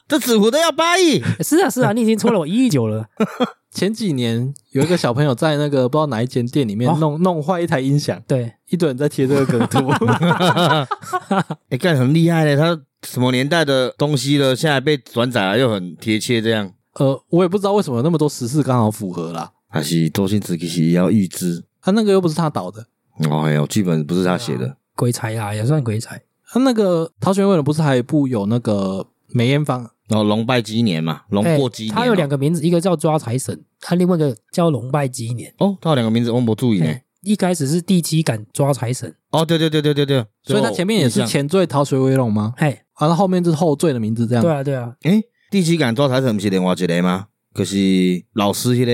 Speaker 3: 这纸糊都要八亿，
Speaker 2: 是啊是啊，你已经戳了我一亿九了，
Speaker 1: 前几年有一个小朋友在那个不知道哪一间店里面
Speaker 2: 哦
Speaker 1: 弄弄坏一台音响，
Speaker 2: 对，
Speaker 1: 一堆人在贴这个梗 图。
Speaker 3: 哎、干很厉害嘞！他什么年代的东西了，现在被转载了又很贴切，这样
Speaker 1: 呃，我也不知道为什么有那么多时事刚好符合啦。
Speaker 3: 还是周星驰其实也要预知。
Speaker 1: 他、那个又不是他导的，
Speaker 3: 哦，哎呦，剧本不是他写的，
Speaker 2: 鬼才啊也算鬼才，
Speaker 1: 他、啊那个《逃学威龙》不是还有一部有那个梅艳芳？
Speaker 3: 然后嗯哦龙拜鸡年嘛，龙
Speaker 2: 哎
Speaker 3: 过鸡年、
Speaker 2: 他有两个名字，一个叫抓财神，他另外一个叫龙拜鸡年，
Speaker 3: 哦，他有两个名字，我没注意呢。
Speaker 2: 哎一开始是第七感抓财神，
Speaker 3: 哦，对对对对对对，
Speaker 1: 所以他前面也是
Speaker 3: 前
Speaker 1: 前缀《逃学威龙》吗？
Speaker 2: 嘿，
Speaker 1: 啊，那后面就是后缀的名字这样。
Speaker 2: 哎对啊对啊，
Speaker 3: 哎、第七感抓财神不是另外一个吗？可、是老师迄、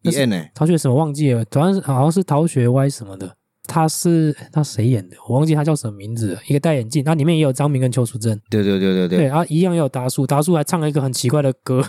Speaker 3: 那个
Speaker 2: 是
Speaker 3: 演呢，
Speaker 2: 逃学什么忘记了，好像是好像是逃学歪什么的。他是他谁演的？我忘记他叫什么名字了。一个戴眼镜，那里面也有张明跟邱淑贞。
Speaker 3: 对对对对
Speaker 2: 对
Speaker 3: 对，
Speaker 2: 啊，一样也有达叔，达叔还唱了一个很奇怪的歌，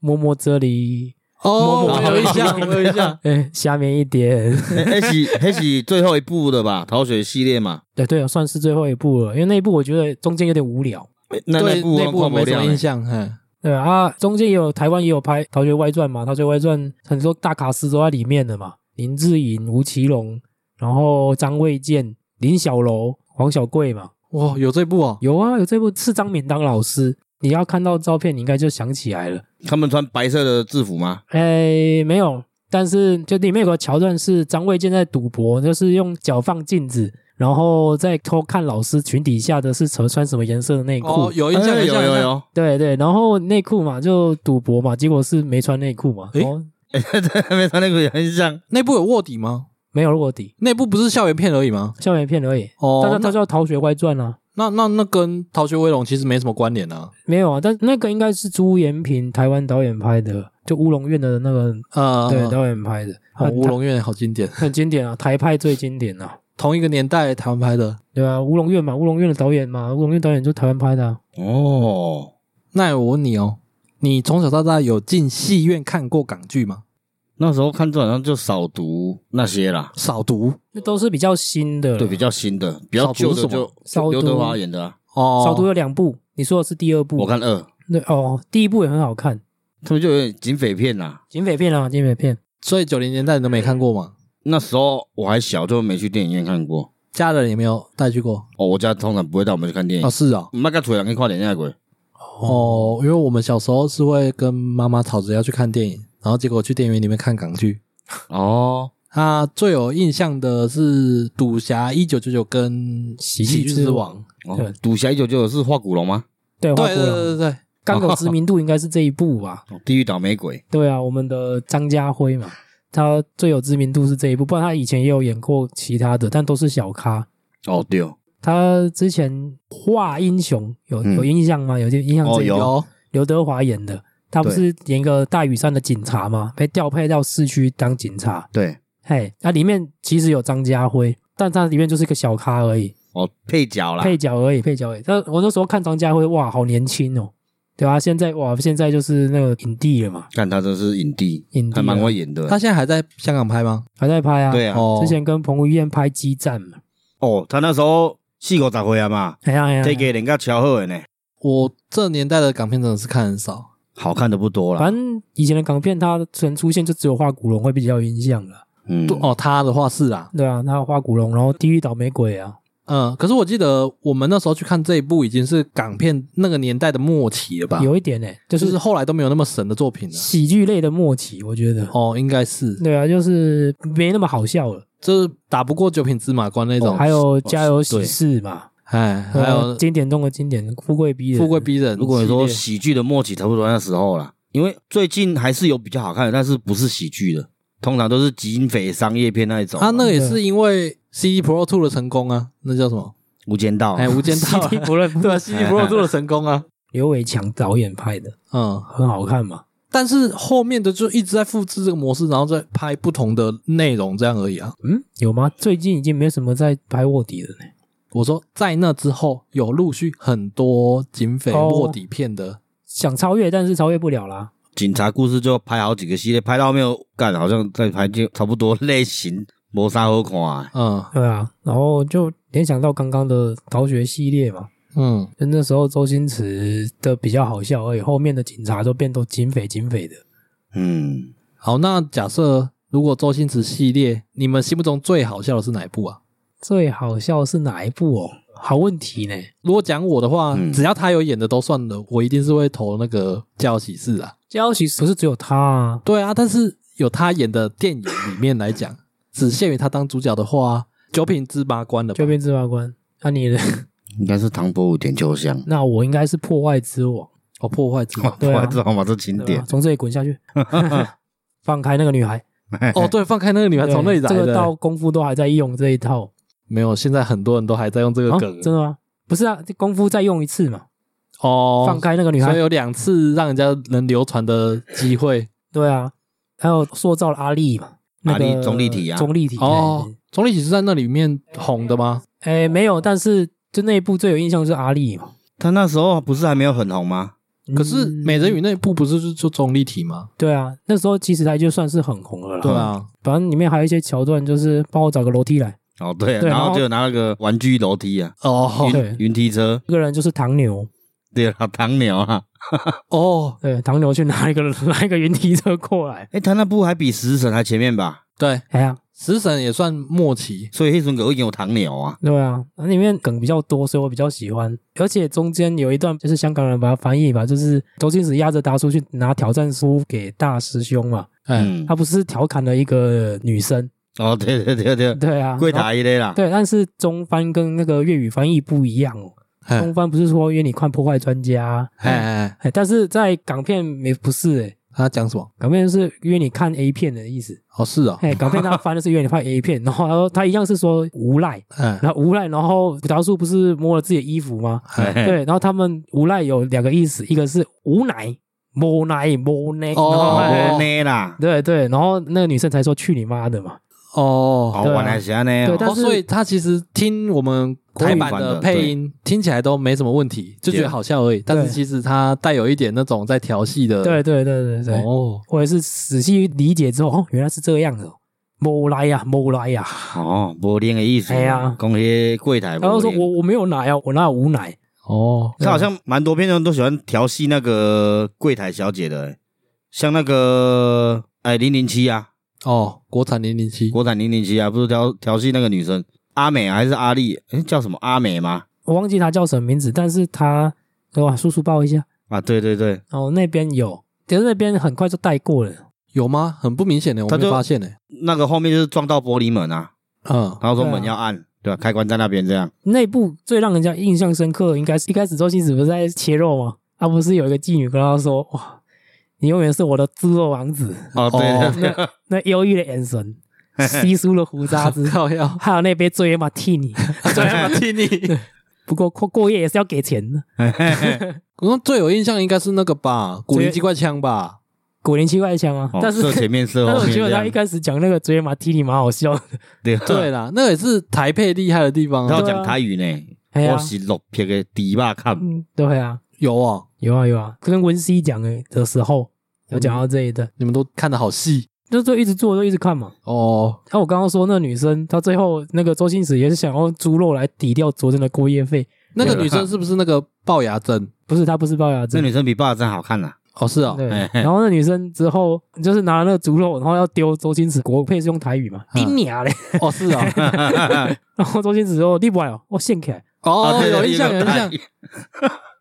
Speaker 2: 摸摸这里，
Speaker 1: 哦，
Speaker 2: 默
Speaker 1: 我
Speaker 2: 默
Speaker 1: 有印象，我有印象。
Speaker 2: 哎，下面一点，
Speaker 3: 那 那是那是最后一部的吧，逃学系列嘛。
Speaker 2: 对对，算是最后一部了，因为那一部我觉得中间有点无聊，
Speaker 3: 哎那
Speaker 1: 对，
Speaker 3: 那 部
Speaker 1: 那
Speaker 3: 我
Speaker 1: 部我
Speaker 3: 看不
Speaker 1: 没什
Speaker 3: 了
Speaker 1: 么
Speaker 3: 呢
Speaker 1: 印象。嗯，
Speaker 2: 对吧啊，中间也有台湾也有拍《逃学外传》嘛，《逃学外传》很多大卡司都在里面的嘛，林志颖、吴奇隆，然后张卫健、林小楼、黄小贵嘛，
Speaker 1: 哇，有这部哦。
Speaker 2: 有啊，有这部是张敏当老师，你要看到照片，你应该就想起来了。
Speaker 3: 他们穿白色的制服吗？
Speaker 2: 哎，没有，但是就里面有个桥段是张卫健在赌博，就是用脚放镜子，然后再偷看老师裙底下的是穿穿什么颜色的内裤。
Speaker 1: 哦，有印象，
Speaker 3: 哎
Speaker 1: 印
Speaker 3: 有
Speaker 1: 象
Speaker 3: 有。有，
Speaker 2: 对对，然后内裤嘛就赌博嘛，结果是没穿内裤嘛，哦
Speaker 1: 诶
Speaker 2: 然后
Speaker 3: 对，没穿内裤也很像。
Speaker 1: 那部有卧底吗？
Speaker 2: 没有卧底，
Speaker 1: 那部不是校园片而已吗？
Speaker 2: 校园片而已。大
Speaker 1: 哦
Speaker 2: 家，都叫《逃学外传》啊，
Speaker 1: 那那那跟《逃学威龙》其实没什么关联啊。
Speaker 2: 没有啊，但那个应该是朱延平台湾导演拍的，就乌龙院的那个
Speaker 1: 呃，
Speaker 2: 对导演拍的，
Speaker 1: 哦
Speaker 2: 很
Speaker 1: 乌龙院好经典。
Speaker 2: 很经典啊，台派最经典啊。
Speaker 1: 同一个年代台湾拍的。
Speaker 2: 对啊，乌龙院嘛，乌龙院的导演嘛，乌龙院导演就台湾拍的、啊，
Speaker 3: 哦，
Speaker 1: 那我问你哦，你从小到大有进戏院看过港剧吗？
Speaker 3: 那时候看这好像就扫毒那些啦，
Speaker 1: 扫毒
Speaker 2: 那都是比较新的。
Speaker 3: 对，比啊较新的，比较
Speaker 1: 扫毒
Speaker 3: 旧
Speaker 1: 是
Speaker 3: 的
Speaker 1: 什么
Speaker 3: 就
Speaker 2: 扫
Speaker 3: 就刘
Speaker 2: 毒
Speaker 3: 德华演的啊，
Speaker 1: 哦，
Speaker 2: 少都有两部，你说的是第二部。
Speaker 3: 我看二，
Speaker 2: 对哦，第一部也很好看，
Speaker 3: 他们就有点警匪片啦。
Speaker 2: 警匪片啊，警匪片。
Speaker 1: 所以九零年代你都没看过吗？
Speaker 3: 那时候我还小，就没去电影院看过。
Speaker 1: 家人也没有带去过
Speaker 3: 哦，我家通常不会带我们去看电
Speaker 1: 哦，
Speaker 2: 嗯
Speaker 3: 影，
Speaker 1: 是哦，
Speaker 3: 麦克腿人跟跨点那鬼。
Speaker 1: 哦，因为我们小时候是会跟妈妈吵着要去看电影，然后结果去电影院里面看港剧。
Speaker 3: 哦，
Speaker 1: 他最有印象的是《赌侠一九九九》跟《喜
Speaker 2: 剧
Speaker 1: 剧
Speaker 2: 之
Speaker 1: 之
Speaker 2: 王
Speaker 1: 王》。
Speaker 3: 哦
Speaker 2: 对
Speaker 3: 赌侠一九九是画骨龙吗？
Speaker 2: 对，花
Speaker 1: 对
Speaker 2: 姑
Speaker 1: 对
Speaker 2: 了。
Speaker 1: 对对对，
Speaker 2: 刚有知名度应该是这一部吧？
Speaker 3: 哦地狱倒霉鬼。
Speaker 2: 对啊，我们的张家辉嘛，他最有知名度是这一部，不然他以前也有演过其他的，但都是小咖。
Speaker 3: 哦，对哦，
Speaker 2: 他之前画英雄有
Speaker 3: 嗯
Speaker 2: 有印象吗？有印象
Speaker 3: 哦
Speaker 2: 这一部
Speaker 3: 有
Speaker 1: 有
Speaker 2: 刘德华演的，他不是演一个大屿山的警察吗？被调配到市区当警察。
Speaker 3: 对，
Speaker 2: 嘿，那里面其实有张家辉，但他里面就是一个小咖而已，
Speaker 3: 哦配角啦，
Speaker 2: 配角而已，配角而已。但我那时候看张家辉，哇，好年轻哦，对啊，现在哇，现在就是那个影帝了嘛，
Speaker 3: 看他真是影帝，啊
Speaker 2: 影帝
Speaker 3: 还蛮
Speaker 2: 了
Speaker 3: 会演的。
Speaker 1: 他现在还在香港拍吗？
Speaker 2: 还在拍啊，
Speaker 3: 对啊，
Speaker 1: 哦，
Speaker 2: 之前跟彭于晏拍《激战》嘛，
Speaker 3: 哦，他那时候四五十岁啊嘛，
Speaker 2: 哎呀哎呀，
Speaker 3: 这给人家超好的呢，
Speaker 1: 我这年代的港片真的是看很少。
Speaker 3: 好看的不多啦。
Speaker 2: 反正以前的港片，它曾出现就只有画古龙会比较有印象了，
Speaker 3: 嗯，
Speaker 1: 哦，他的话是啦，
Speaker 2: 对啊，那画古龙，然后《地狱倒霉鬼》啊，
Speaker 1: 嗯，可是我记得我们那时候去看这一部已经是港片那个年代的末期
Speaker 3: 啊
Speaker 1: 了吧？
Speaker 2: 有一点呢、就
Speaker 1: 就是
Speaker 2: 是
Speaker 1: 后来都没有那么神的作品了。
Speaker 2: 喜剧类的末期，我觉得，
Speaker 1: 哦，应该是，
Speaker 2: 对啊，就是没那么好笑了。哦
Speaker 1: 就是打不过九品芝麻官那种。
Speaker 2: 还哦有《家有喜事》嘛，
Speaker 1: 哎，还
Speaker 2: 然后
Speaker 1: 有
Speaker 2: 经典中的经典，《富贵逼人》，
Speaker 1: 富 贵逼人。
Speaker 3: 如果你说
Speaker 1: 系列
Speaker 3: 喜剧的末期，差不多那时候啦，因为最近还是有比较好看的，但是不是喜剧的，通常都是警匪商业片那一种啊。
Speaker 1: 啊，那个也是因为 CD Pro Two 的成功啊，那叫什么？
Speaker 3: 无间道啊，
Speaker 1: 哎，无间道啊。
Speaker 2: CD 不 认
Speaker 1: 对啊，CD Pro Two 的成功啊。
Speaker 2: 刘伟强导演拍的，
Speaker 1: 嗯，
Speaker 2: 很好看嘛。
Speaker 1: 但是后面的就一直在复制这个模式，然后再拍不同的内容，这样而已啊。
Speaker 2: 嗯，有吗？最近已经没什么在拍卧底了呢。
Speaker 1: 我说，在那之后有陆续很多警匪
Speaker 2: 哦
Speaker 1: 卧底片的，
Speaker 2: 想超越，但是超越不了啦。
Speaker 3: 警察故事就拍好几个系列，拍到后面干好像在拍就差不多类型，没啥好看啊。
Speaker 1: 嗯
Speaker 2: 对啊，然后就联想到刚刚的逃学系列嘛，
Speaker 1: 嗯嗯，
Speaker 2: 就那时候周星驰的比较好笑而已，后面的警察都变都警匪警匪的。
Speaker 3: 嗯，
Speaker 1: 好，那假设如果周星驰系列，你们心目中最好笑的是哪一部啊？
Speaker 2: 最好笑是哪一部哦？好问题呢。
Speaker 1: 如果讲我的话，
Speaker 3: 嗯
Speaker 1: 只要他有演的都算了，我一定是会投那个《家喜事》啊。
Speaker 2: 家有喜事不是只有他啊，
Speaker 1: 对啊，但是有他演的电影里面来讲，只限于他当主角的话，九品芝麻官了吧？
Speaker 2: 就变芝麻官。那、你的， ，
Speaker 3: 应该是唐伯虎点秋香
Speaker 2: 那我应该是破坏之王。
Speaker 1: 哦，破坏之王。
Speaker 2: 对啊
Speaker 3: 哇知道吗？这经
Speaker 2: 对吧
Speaker 3: 典，
Speaker 2: 从这里滚下 去，放开那个女孩，
Speaker 1: 哦，对，放开那个女孩从那里来
Speaker 2: 对这
Speaker 1: 的。
Speaker 2: 个到功夫都还在用这一套
Speaker 1: 没有，现在很多人都还在用这个
Speaker 2: 啊？
Speaker 1: 梗。
Speaker 2: 真的吗？不是啊，这功夫再用一次嘛，
Speaker 1: 哦，
Speaker 2: 放开那个女
Speaker 1: 所以
Speaker 2: 孩，
Speaker 1: 有两次让人家能流传的机会。
Speaker 2: 对啊，还有塑造了阿丽嘛，那个
Speaker 3: 阿丽钟丽缇啊
Speaker 2: 钟丽缇
Speaker 1: 哦，总理喜是在那里面红的吗？
Speaker 2: 哎，哎没有，但是就那一部最有印象就是阿丽嘛，
Speaker 3: 他那时候不是还没有很红吗？
Speaker 1: 可是
Speaker 2: 嗯
Speaker 1: 美人鱼那一部不是就就钟丽缇吗？
Speaker 2: 对啊，那时候其实她就算是很红了啦，
Speaker 1: 对，啊，
Speaker 2: 反正里面还有一些桥段，就是帮我找个楼梯来，
Speaker 3: 哦，对啊，
Speaker 2: 对
Speaker 3: 然
Speaker 2: 然
Speaker 3: 后
Speaker 2: 后
Speaker 3: 就拿那个玩具楼梯啊，
Speaker 1: 哦
Speaker 2: 对
Speaker 3: 云云梯车，
Speaker 2: 这个人就是唐牛，
Speaker 3: 对啊，唐鸟啊，
Speaker 1: 哦，
Speaker 2: 对，唐牛去拿一个 拿一个云梯车过来，
Speaker 3: 哎诶，他那部还比食神还前面吧，
Speaker 1: 对，
Speaker 2: 哎呀，
Speaker 1: 食神也算末期。
Speaker 3: 所以黑神狗有唐鸟啊，
Speaker 2: 对啊，那里面梗比较多，所以我比较喜欢。而且中间有一段就是香港人把它翻译吧，就是周星驰压着达叔去拿挑战书给大师兄嘛，
Speaker 1: 哎，
Speaker 3: 嗯
Speaker 2: 他，不是调侃了一个女生，
Speaker 3: 哦，对对对对，
Speaker 2: 对啊，
Speaker 3: 柜
Speaker 2: 然后
Speaker 3: 台的啦，
Speaker 2: 对，但是中翻跟那个粤语翻译不一样哦。
Speaker 3: 嗯
Speaker 1: 哎
Speaker 2: 中翻不是说约你看破坏专家，
Speaker 1: 哎哎，哎
Speaker 2: 哎，但是在港片没不是哎，
Speaker 1: 他讲什么？
Speaker 2: 港片是约你看 A 片的意思，
Speaker 1: 哦，是哦，
Speaker 2: 哎，港片他翻的是约你看 A 片，然后他说他一样是说无赖，
Speaker 1: 哎
Speaker 2: 然后无赖，然后达叔不是摸了自己的衣服吗？
Speaker 1: 哎，
Speaker 2: 对，然后他们无赖有两个意思，一个是无奶，无奶，无奶，
Speaker 1: 哦
Speaker 2: 然后
Speaker 3: 哦，呢啦，
Speaker 2: 对对，然后那个女生才说去你妈的嘛，
Speaker 1: 哦
Speaker 3: 哦，
Speaker 2: 对啊
Speaker 3: 原来是安尼
Speaker 2: 对
Speaker 3: 哦，
Speaker 2: 但
Speaker 1: 哦，
Speaker 2: 是
Speaker 1: 所以他其实听我们台版的配音听起来都没什么问题，就觉得好笑而已。但是其实它带有一点那种在调戏的，
Speaker 2: 对对对对对，
Speaker 1: 哦，
Speaker 2: 我也是仔细理解之后，哦，原来是这样的哦，莫来呀，莫来呀。
Speaker 3: 哦，无灵的意思，
Speaker 2: 哎呀
Speaker 3: 讲迄柜台
Speaker 2: 然后
Speaker 3: 无
Speaker 2: 说
Speaker 3: 灵。
Speaker 2: 我我没有奶啊，我哪有无奶？
Speaker 1: 哦，
Speaker 3: 他好像蛮多片中都喜欢调戏那个柜台小姐的、欸像那个哎零零七啊，
Speaker 1: 哦，国产零零七，
Speaker 3: 国产零零七啊，不是调调戏那个女生阿美、啊、还是阿丽？哎、叫什么阿美吗？
Speaker 2: 我忘记他叫什么名字，但是他哇，叔叔抱一下，
Speaker 3: 啊，对对对，
Speaker 2: 然后那边有，可是那边很快就带过了。
Speaker 1: 有吗？很不明显的，我
Speaker 3: 他
Speaker 1: 没
Speaker 3: 就
Speaker 1: 发现呢。
Speaker 3: 那个后面就是撞到玻璃门啊，
Speaker 1: 嗯，
Speaker 3: 然后说
Speaker 2: 对啊
Speaker 3: 门要按，对吧、开关在那边这样。
Speaker 2: 那部最让人家印象深刻，应该是一开始周星驰不是在切肉吗？啊，不是有一个妓女跟他说：“哇，你永远是我的猪肉王子。
Speaker 3: 哦，对
Speaker 1: 哦，
Speaker 2: 那”那忧郁的眼 神，稀疏的胡渣子
Speaker 1: 靠要
Speaker 2: 还有那杯醉马替你。
Speaker 1: 怎么听你？
Speaker 2: 不过过过夜也是要给钱的，
Speaker 1: 我刚最有印象应该是那个吧，古灵机关枪吧？
Speaker 2: 古灵七块钱啊。
Speaker 3: 哦
Speaker 2: 但是
Speaker 3: 射前面射
Speaker 2: 但
Speaker 3: 后
Speaker 2: 是我
Speaker 3: 面
Speaker 2: 觉
Speaker 3: 这
Speaker 2: 得他
Speaker 3: 样
Speaker 2: 一，开始讲那个醉马替你蛮好笑的。
Speaker 3: 对
Speaker 1: 对
Speaker 3: 对，
Speaker 1: 啦，那个也是台配厉害的地方
Speaker 3: 他
Speaker 1: 啊。
Speaker 3: 要讲台语呢，
Speaker 2: 哎呀
Speaker 3: 我，是六撇的猪肉看，
Speaker 2: 嗯，对啊，
Speaker 1: 有哦，
Speaker 2: 有啊有啊，跟文熙讲的的时候有讲到这一段，
Speaker 1: 你们都看的好细
Speaker 2: 就就一直做，就一直看嘛。
Speaker 1: 哦。
Speaker 2: 那、我刚刚说那女生，她最后那个周星驰也是想用猪肉来抵掉昨天的过夜费，
Speaker 1: 那个
Speaker 3: 对啦
Speaker 1: 女生是不是那个龅牙针？
Speaker 2: 不是她不是龅牙
Speaker 3: 这
Speaker 2: 针，
Speaker 3: 女生比爸真好看呐、
Speaker 1: 哦，是哦，
Speaker 2: 对。
Speaker 3: 哎
Speaker 2: 然后那女生之后就是拿了那个猪肉，然后要丢周星驰，国配是用台语嘛，
Speaker 1: 嗯
Speaker 2: 丁娘嘞。
Speaker 1: 哦，是哦，
Speaker 2: 然后周星驰说：“你不来哦，我献起来，
Speaker 1: 哦，
Speaker 3: 啊对
Speaker 1: 有印象，有印象。。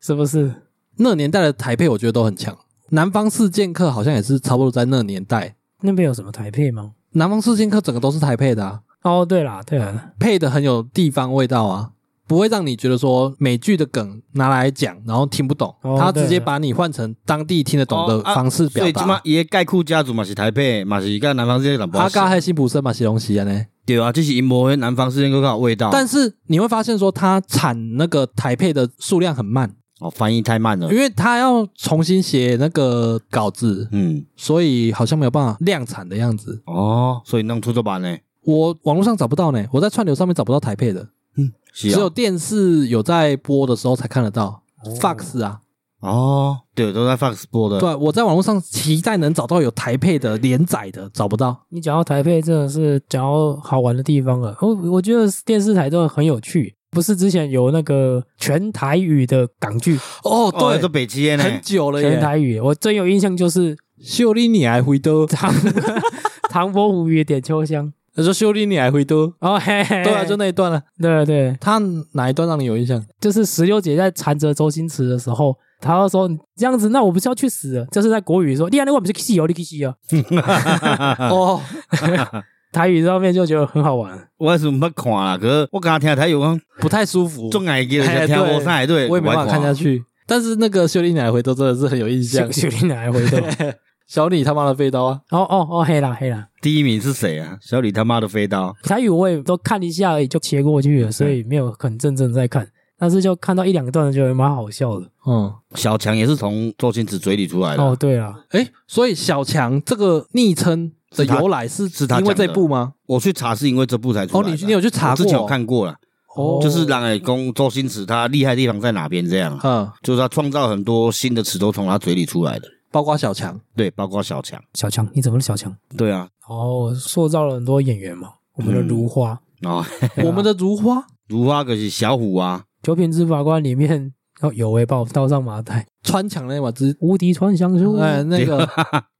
Speaker 2: 是不是
Speaker 1: 那个年代的台配，我觉得都很强。南方四剑客好像也是差不多在那个年代。
Speaker 2: 那边有什么台配吗
Speaker 1: 南方四剑客整个都是台配的、啊，？”
Speaker 2: 哦，对啦，对啦，
Speaker 1: 配的很有地方味道啊，不会让你觉得说美剧的梗拿来讲，然后听不懂。
Speaker 2: 哦
Speaker 1: 他直接
Speaker 2: 对
Speaker 1: 把你换成当地听得懂的
Speaker 3: 哦啊
Speaker 1: 方式表
Speaker 3: 所以即马
Speaker 1: 达。
Speaker 3: 伊个概括家族嘛是台北，嘛是甲南方这些淡
Speaker 1: 阿
Speaker 3: 薄仔
Speaker 1: 嘎
Speaker 3: 像。
Speaker 1: 还有辛普森嘛，写东西啊呢。
Speaker 3: 对啊，就是因无迄南方四间更较有味道。
Speaker 1: 但是你会发现说，他产那个台配的数量很慢，
Speaker 3: 哦，翻译太慢了
Speaker 1: 因。为他要重新写那个稿子，
Speaker 3: 嗯，
Speaker 1: 所以好像没有办法量产的样子。
Speaker 3: 哦，所以弄出作版呢。
Speaker 1: 我网络上找不到呢，我在串流上面找不到台配的，
Speaker 3: 是
Speaker 1: 只有
Speaker 3: 哦。
Speaker 1: 电视有在播的时候才看得到。Fox 啊，
Speaker 3: 哦，对，都在 Fox 播的。
Speaker 1: 对，我在网络上期待能找到有台配的连载的，找不到。
Speaker 2: 你讲到台配，真的是讲到好玩的地方了。我我觉得电视台真的很有趣，不是之前有那个全台语的港剧，
Speaker 1: 哦，
Speaker 3: 哦，这
Speaker 1: 对，
Speaker 3: 北七的
Speaker 1: 很
Speaker 3: 呢。
Speaker 1: 久了
Speaker 2: 全
Speaker 1: 耶。
Speaker 2: 台语，我最有印象就是
Speaker 1: 修理你还回头，
Speaker 2: 唐唐伯虎与点秋香。
Speaker 1: 他说修理你还回头，
Speaker 2: 哦嘿嘿，嘿
Speaker 1: 对啊，就那一段了。
Speaker 2: 对对，
Speaker 1: 他哪一段让你有印象？
Speaker 2: 就是石榴姐在缠着周星驰的时候，她就说你这样子，那我不是要去死了？就是在国语说，你啊，那我不是去死哦，你去死哦。
Speaker 1: 哦，
Speaker 2: 台语上面就觉得很好玩，
Speaker 3: 我是毋捌看啦，可是我刚听台语讲，
Speaker 1: 不太舒服，
Speaker 3: 总爱记
Speaker 1: 哎
Speaker 3: 得听
Speaker 1: 对
Speaker 3: 无啥的对，
Speaker 1: 我也没啊办法看下
Speaker 3: 去。
Speaker 1: 去。但是那个修理你还回头真的是很有印象
Speaker 2: 秀。秀玲奶奶回头。
Speaker 1: 小李他妈的飞刀啊！
Speaker 2: 哦哦哦，黑啦黑啦。
Speaker 3: 第一名是谁啊？小李他妈的飞刀。
Speaker 2: 台语我也都看一下而已，就切过去了，所以没有很认真在看。但是就看到一两段，觉得蛮好笑的。
Speaker 1: 嗯，
Speaker 3: 小强也是从周星驰嘴里出来的。
Speaker 2: 哦，对了，
Speaker 1: 哎，所以小强这个昵称的由来是
Speaker 3: 是他
Speaker 1: 因为
Speaker 3: 讲的
Speaker 1: 这部吗？
Speaker 3: 我去查是因为这部才出
Speaker 1: 哦，
Speaker 3: 来的。
Speaker 1: 你你有去查
Speaker 3: 我
Speaker 1: 过？
Speaker 3: 之前有看过了，
Speaker 2: 哦
Speaker 3: 就是让诶公周星驰他厉害的地方在哪边这样啊。
Speaker 1: 嗯，
Speaker 3: 就是他创造很多新的词都从他嘴里出来的，
Speaker 1: 包括小强，
Speaker 3: 对，包括小强，
Speaker 2: 小强，你怎么了，小强？
Speaker 3: 对啊，
Speaker 2: 哦，塑造了很多演员嘛，我们的如花，
Speaker 3: 然后
Speaker 1: 我们的如花
Speaker 3: 哦 如花可是小虎啊，
Speaker 2: 九品芝法官里面哦有为把我倒上马台，
Speaker 1: 穿墙那把之，
Speaker 2: 无敌穿香书。
Speaker 1: 哎，那 个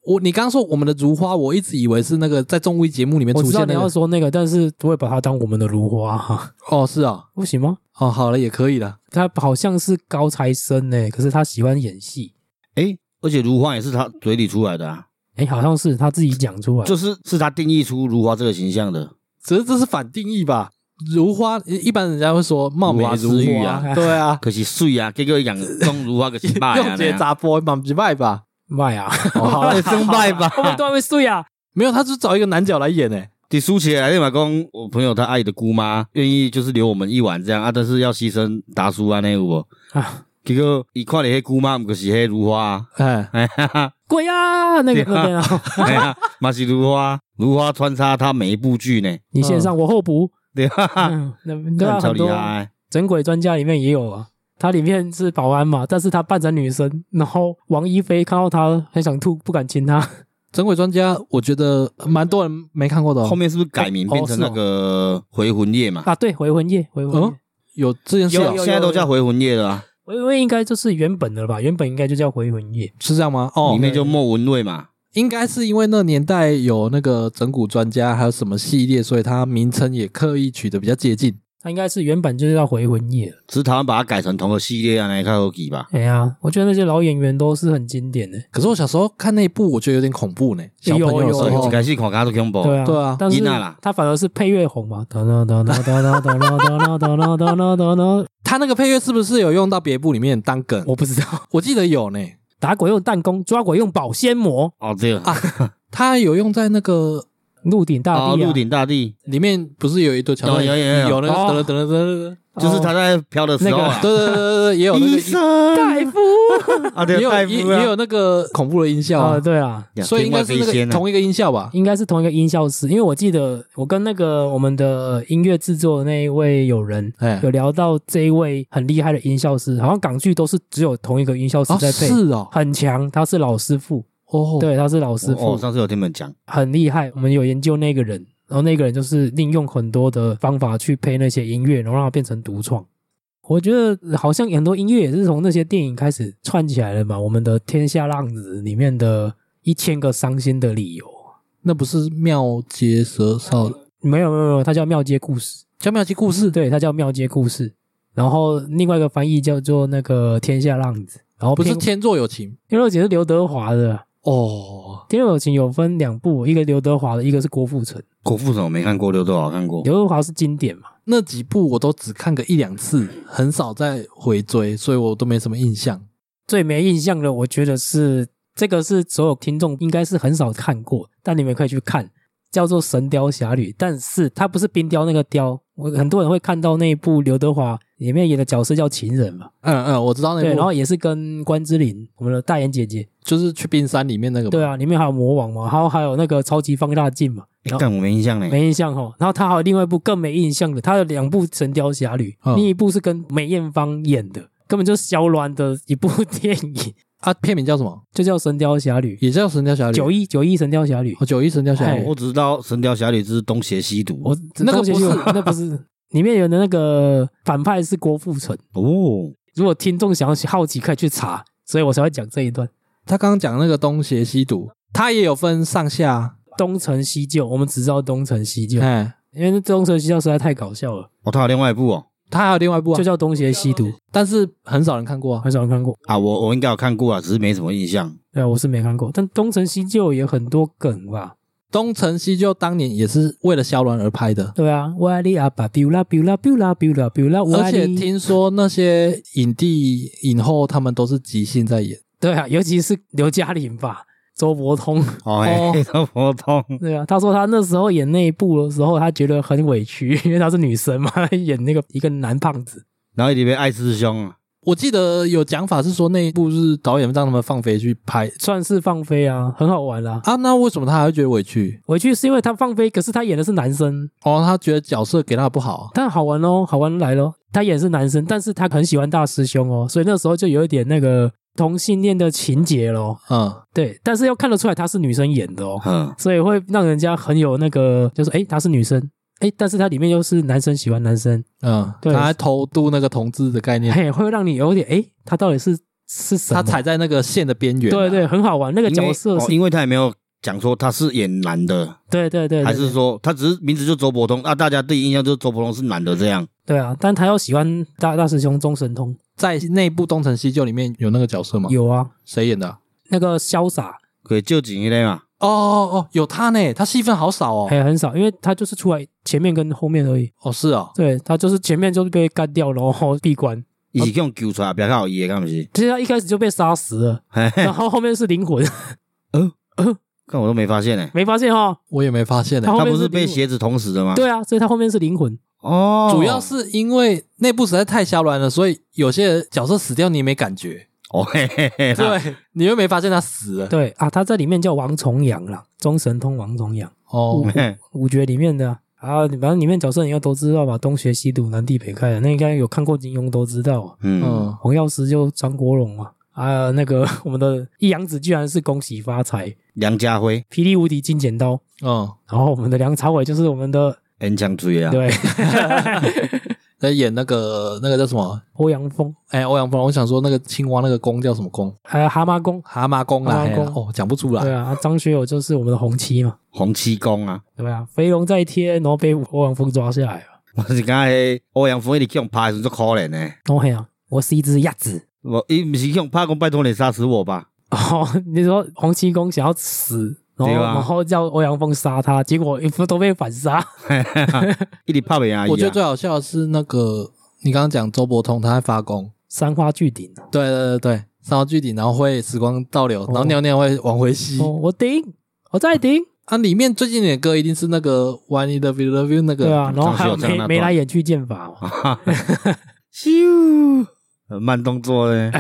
Speaker 1: 我你刚刚说我们的如花，我一直以为是那个在综艺节目里面
Speaker 2: 我
Speaker 1: 出
Speaker 2: 知道
Speaker 1: 现
Speaker 2: 你
Speaker 1: 的、那
Speaker 2: 要
Speaker 1: 个。
Speaker 2: 说那个，但是不会把它当我们的如花哈，
Speaker 1: 哦，是啊，
Speaker 2: 不行吗？
Speaker 1: 哦，好了，也可以了。
Speaker 2: 他好像是高材生呢，可是他喜欢演戏，
Speaker 3: 诶，而且如花也是他嘴里出来的啊，
Speaker 2: 哎，好像是他自己讲出来。
Speaker 3: 就是是他定义出如花这个形象的，
Speaker 1: 只是这是反定义吧？如花一般人家会说貌美
Speaker 3: 如
Speaker 1: 如
Speaker 3: 花之玉
Speaker 1: 花，
Speaker 3: 啊
Speaker 1: 对 啊，
Speaker 3: 可是水啊，结果讲中如花可是败
Speaker 1: 用
Speaker 3: 啊，
Speaker 1: 姐砸波满几卖吧？
Speaker 2: 卖啊，
Speaker 1: 哦， 好了，
Speaker 3: 生 败吧，
Speaker 2: 我们都还没睡啊。
Speaker 1: 没有，他是找一个男角来演诶、
Speaker 3: 你输起来立马讲，我朋友他阿姨的姑妈愿意就是留我们一晚这样啊，但是要牺牲达叔啊那有无？
Speaker 2: 啊，
Speaker 3: 结果伊看了迄姑妈，毋就是迄如花啊，
Speaker 1: 哎，
Speaker 3: 哎哈哈，
Speaker 2: 鬼啊！那个
Speaker 3: 对啊
Speaker 2: 那边啊，
Speaker 3: 哎呀，嘛是如花啊，如花穿插他每一部剧呢，
Speaker 2: 你线上我候补，
Speaker 3: 对哈哈，
Speaker 2: 嗯，那 对啊，
Speaker 3: 看超
Speaker 2: 很
Speaker 3: 厉
Speaker 2: 多
Speaker 3: 害，
Speaker 2: 整鬼专家里面也有啊。他里面是保安嘛，但是他扮成女生，然后王一菲看到他很想吐，不敢亲他。
Speaker 1: 整鬼专家，我觉得蛮多人没看过的、哦。
Speaker 3: 后面是不是改名
Speaker 1: 哦
Speaker 3: 变成
Speaker 1: 是哦
Speaker 3: 那个回魂夜嘛？
Speaker 2: 啊，对，回魂夜，回魂夜，
Speaker 1: 嗯有这件事、
Speaker 2: 有
Speaker 1: 哦
Speaker 2: 有，
Speaker 3: 现在都叫回魂夜了啊，
Speaker 2: 回魂夜应该就是原本的了吧？原本应该就叫回魂夜。
Speaker 1: 是这样吗？哦
Speaker 3: 里，面就莫文蔚嘛，
Speaker 1: 应该是因为那年代有那个整蛊专家，还有什么系列，所以它名称也刻意取得比较接近。
Speaker 2: 它应该是原本就是叫回魂夜了。
Speaker 3: 只是台湾把它改成同个系列啊，来看后记吧。
Speaker 2: 哎呀，我觉得那些老演员都是很经典的。
Speaker 1: 可是我小时候看那一部，我觉得有点恐怖呢。小
Speaker 2: 有
Speaker 1: 朋友的时
Speaker 2: 有
Speaker 1: 候哦
Speaker 3: 一，开始看卡都恐怖，
Speaker 2: 对啊，
Speaker 1: 对啊
Speaker 2: 但是
Speaker 3: 伊娜啦
Speaker 2: 他反而是配乐红嘛。哒啦哒啦哒啦哒啦哒啦哒啦哒啦哒啦，
Speaker 1: 他那个配乐是不是有用到别部里面当梗？我
Speaker 2: 我不知道。
Speaker 1: 我记得有呢，
Speaker 2: 打鬼用弹弓，抓鬼用保鲜膜，
Speaker 3: 哦对啊，
Speaker 1: 他有用在那个
Speaker 2: 鹿鼎大地、啊
Speaker 3: 哦鹿鼎大地，
Speaker 1: 里面，不是有一堆桥段，
Speaker 3: 有有有有
Speaker 1: 有那个
Speaker 2: 哦
Speaker 1: 噔噔噔噔噔
Speaker 3: 就是他在飘的时候啊
Speaker 1: 噔，，对对对对对，也有那个
Speaker 3: 医生
Speaker 2: 大夫
Speaker 3: 啊，
Speaker 1: 也
Speaker 3: 对，大
Speaker 1: 有也
Speaker 3: 夫啊
Speaker 1: 也有那个恐怖的音
Speaker 3: 哦
Speaker 1: 效
Speaker 2: 啊，
Speaker 1: 啊，
Speaker 2: 对啊，
Speaker 3: 呀
Speaker 1: 所以应该是
Speaker 3: 天外
Speaker 1: 那
Speaker 3: 飞仙
Speaker 1: 个
Speaker 3: 啊
Speaker 1: 同一个音效吧？
Speaker 2: 应该是同一个音效师，因为我记得我跟那个我们的音乐制作的那一位友人
Speaker 1: 哎
Speaker 2: 有，聊到这一位很厉害的音效师，好像港剧都是只有同一个音效师
Speaker 1: 哦
Speaker 2: 在配，
Speaker 1: 是哦，
Speaker 2: 很强，他是老师傅，
Speaker 1: 哦，
Speaker 2: 啊对，他是老师
Speaker 3: 哦，
Speaker 2: 傅，
Speaker 3: 上次有听你们讲，
Speaker 2: 很厉害。我们有研究那个人，然后那个人就是利用很多的方法去配那些音乐，然后让它变成独创。我觉得好像很多音乐也是从那些电影开始串起来的嘛。我们的《天下浪子》里面的一千个伤心的理由，
Speaker 1: 那不是妙结蛇少
Speaker 2: 没有没有没有，它叫《庙街故事》。
Speaker 1: 叫妙结故事，
Speaker 2: 对，它叫《庙街故事》，然后另外一个翻译叫做那个《天下浪子》，然后
Speaker 1: 不是
Speaker 2: 天
Speaker 1: 天作有情
Speaker 2: 天若姐是刘德华的，《
Speaker 1: 哦，
Speaker 2: 天若有情》有分两部，一个刘德华的，一个是郭富城。
Speaker 3: 郭富城我没看过，刘德华看过，
Speaker 2: 刘德华是经典嘛，
Speaker 1: 那几部我都只看个一两次，很少再回追，所以我都没什么印象。
Speaker 2: 最没印象的，我觉得是这个是所有听众应该是很少看过，但你们可以去看，叫做《神雕侠侣》，但是它不是冰雕那个雕，我很多人会看到那一部刘德华里面演的角色叫情人嘛，
Speaker 1: 嗯嗯，我知道
Speaker 2: 对，
Speaker 1: 那
Speaker 2: 然
Speaker 1: 部
Speaker 2: 后也是跟关之琳我们的大眼姐姐，
Speaker 1: 就是去冰山里面那个，
Speaker 2: 对，啊，里面还有魔王嘛，然后还有那个超级放大镜嘛，
Speaker 3: 哎但我没印象呢。
Speaker 2: 没印象哦。然后他还有另外一部更没印象的，他有两部《神雕侠侣》
Speaker 1: 嗯
Speaker 2: 另一部是跟梅艳芳演的，根本就是小卵的一部 电影，
Speaker 1: 啊，片名叫什么？
Speaker 2: 就叫《神雕侠侣
Speaker 1: 也叫《神雕侠侣》》。
Speaker 2: 九一九一《神雕侠侣》
Speaker 1: 哦，九一《神雕侠
Speaker 2: 哎
Speaker 1: 侣》
Speaker 3: 我只知道《神雕侠侣之东邪西毒》
Speaker 2: 我
Speaker 1: 那个
Speaker 2: 东邪
Speaker 1: 不
Speaker 2: 西毒
Speaker 1: 是
Speaker 2: 那不是里面有的那个反派是郭富城。
Speaker 3: 哦，
Speaker 2: 如果听众想要好奇，可以去查，所以我才会讲这一段。
Speaker 1: 他刚刚讲那个东邪西毒，他也有分上下，
Speaker 2: 东成西就，我们只知道东成西就，
Speaker 1: 哎，
Speaker 2: 因为那东成西就实在太搞笑了，
Speaker 3: 哦，他有另外一部哦，
Speaker 1: 他还有另外一部啊
Speaker 2: 就，叫东邪西毒，
Speaker 1: 但是很少人看过啊。
Speaker 2: 很少人看过。
Speaker 3: 啊，我我应该有看过啊，只是没什么印象。
Speaker 2: 对啊，我是没看过，但东成西就也很多梗吧。
Speaker 1: 东成西就当年也是为了萧鸾而拍的，
Speaker 2: 对啊，我爱你阿爸，比如啦，比如啦，比如啦，比如啦，比如啦，我
Speaker 1: 而
Speaker 2: 爱
Speaker 1: 且
Speaker 2: 你。
Speaker 1: 听说那些影帝影后他们都是即兴在演，
Speaker 2: 对啊，尤其是刘嘉玲吧，周伯通。
Speaker 1: 哦
Speaker 3: 哦，哎，都不通。
Speaker 2: 对啊，他说他那时候演那一部的时候，他觉得很委屈， 因为他是女生嘛，演那个一个男胖子。
Speaker 3: 然后里面爱师兄啊，
Speaker 1: 我记得有讲法是说那一部是导演让他们放飞去拍
Speaker 2: 算是放飞啊，很好玩啊。
Speaker 1: 啊，那为什么他还会觉得委屈？
Speaker 2: 委屈是因为他放飞，可是他演的是男生，
Speaker 1: 哦，他觉得角色给他不好
Speaker 2: 但好玩哦，好玩来咯。他演的是男生，但是他很喜欢大师兄哦，所以那时候就有一点那个同性恋的情节咯。
Speaker 1: 啊，嗯，
Speaker 2: 对，但是要看得出来他是女生演的哦。
Speaker 3: 嗯，
Speaker 2: 所以会让人家很有那个，就是诶，她是女生，诶，但是它里面又是男生喜欢男生，
Speaker 1: 嗯，
Speaker 2: 对
Speaker 1: 他还偷渡那个同志的概念，
Speaker 2: 嘿，会让你有点诶，他到底是是什么？
Speaker 1: 他踩在那个线的边缘啊、
Speaker 2: 对对，很好玩，那个角色
Speaker 3: 因为哦
Speaker 2: 是，
Speaker 3: 因为他也没有讲说他是演男的，
Speaker 2: 对对对，对
Speaker 3: 还是说他只是名字就周伯通啊？大家第一印象就是周伯通是男的这样。
Speaker 2: 对啊，但他又喜欢大大师兄钟神通，
Speaker 1: 在那部《东成西就》里面有那个角色吗？
Speaker 2: 有啊，
Speaker 1: 谁演的啊、
Speaker 2: 那个潇洒
Speaker 3: 可以就几一类啊嘛，
Speaker 1: 哦哦哦，有他呢，他戏份好少哦。
Speaker 2: 还很少，因为他就是出来前面跟后面而已，
Speaker 1: 哦，是哦，
Speaker 2: 对他就是前面就被干掉，然后 闭关，
Speaker 3: 一起用揪出来，不要看好伊，看不是？
Speaker 2: 其实他一开始就被杀死了，
Speaker 3: 嘿嘿
Speaker 2: 然后后面是灵魂，
Speaker 3: 看我都没发现呢。
Speaker 2: 没发现哈？
Speaker 1: 我也没发现呢
Speaker 2: 他。后
Speaker 3: 他
Speaker 2: 面
Speaker 3: 不是
Speaker 2: 是
Speaker 3: 被
Speaker 2: 灵魂
Speaker 3: 鞋子捅死的吗？
Speaker 2: 对啊，所以他后面是灵魂，
Speaker 3: 哦，
Speaker 1: 主要是因为那部实在太瞎乱了，所以有些角色死掉你也没感觉。
Speaker 3: 哦 嘿嘿嘿啦，
Speaker 1: 对， 你又没发现他死了。
Speaker 2: 对啊，他在里面叫王重阳啦，中神通王重阳，
Speaker 1: 哦，
Speaker 3: 嘿
Speaker 2: 五绝里面的啊。啊，反正里面角色你要都知道嘛，东邪西毒南帝北丐啊的，那应该有看过金庸都知道啊。
Speaker 3: 嗯，
Speaker 1: 嗯，
Speaker 2: 黄药师就张国荣嘛，啊，那个我们的一阳子居然是恭喜发财，
Speaker 3: 梁家辉
Speaker 2: 霹雳无敌金剪刀，
Speaker 1: 哦，
Speaker 2: 然后我们的梁朝伟就是我们的
Speaker 3: 很强嘴啊，
Speaker 2: 对
Speaker 1: 在演那个那个叫什么？
Speaker 2: 欧阳锋，
Speaker 1: 哎，欧阳锋，我想说那个青蛙那个公叫什么公？
Speaker 2: 还有蛤蟆功，
Speaker 1: 蛤蟆公啦，
Speaker 2: 蛤蟆
Speaker 1: 嘿啊
Speaker 2: 公
Speaker 1: 哦，讲不出
Speaker 2: 对
Speaker 1: 来。
Speaker 2: 啊，啊张学友就是我们的红七嘛，
Speaker 3: 洪七公啊，
Speaker 2: 对啊，飞龙在天，然后被欧阳锋抓下来了，
Speaker 3: 我是讲迄欧阳锋一直去用拍的时候足可怜的，
Speaker 2: 然后嘿啊，我是一只鸭子。
Speaker 3: 无伊毋是去用拍讲拜托你杀死我吧，
Speaker 2: 哦，你说洪七公想要死，然后、
Speaker 3: 对啊
Speaker 2: 然后叫欧阳锋杀他，结果一夫都被反杀。
Speaker 3: 一直拍袂赢
Speaker 1: 我觉
Speaker 3: 伊
Speaker 1: 得
Speaker 3: 啊，
Speaker 1: 最好笑的是那个你刚刚讲周伯通他在发功，
Speaker 2: 三花聚顶啊，
Speaker 1: 对对对对，上到巨顶，然后会时光倒流，然后尿尿会往回吸。
Speaker 2: 哦，我顶，我再顶，
Speaker 1: 啊，里面最经典的歌一定是那个《One in the View Love You》那个。
Speaker 2: 对啊，然后还有
Speaker 3: 张学
Speaker 2: 眉
Speaker 3: 友唱那段
Speaker 2: 眉来眼去剑法嘛，
Speaker 3: 咻，很慢动作嘞，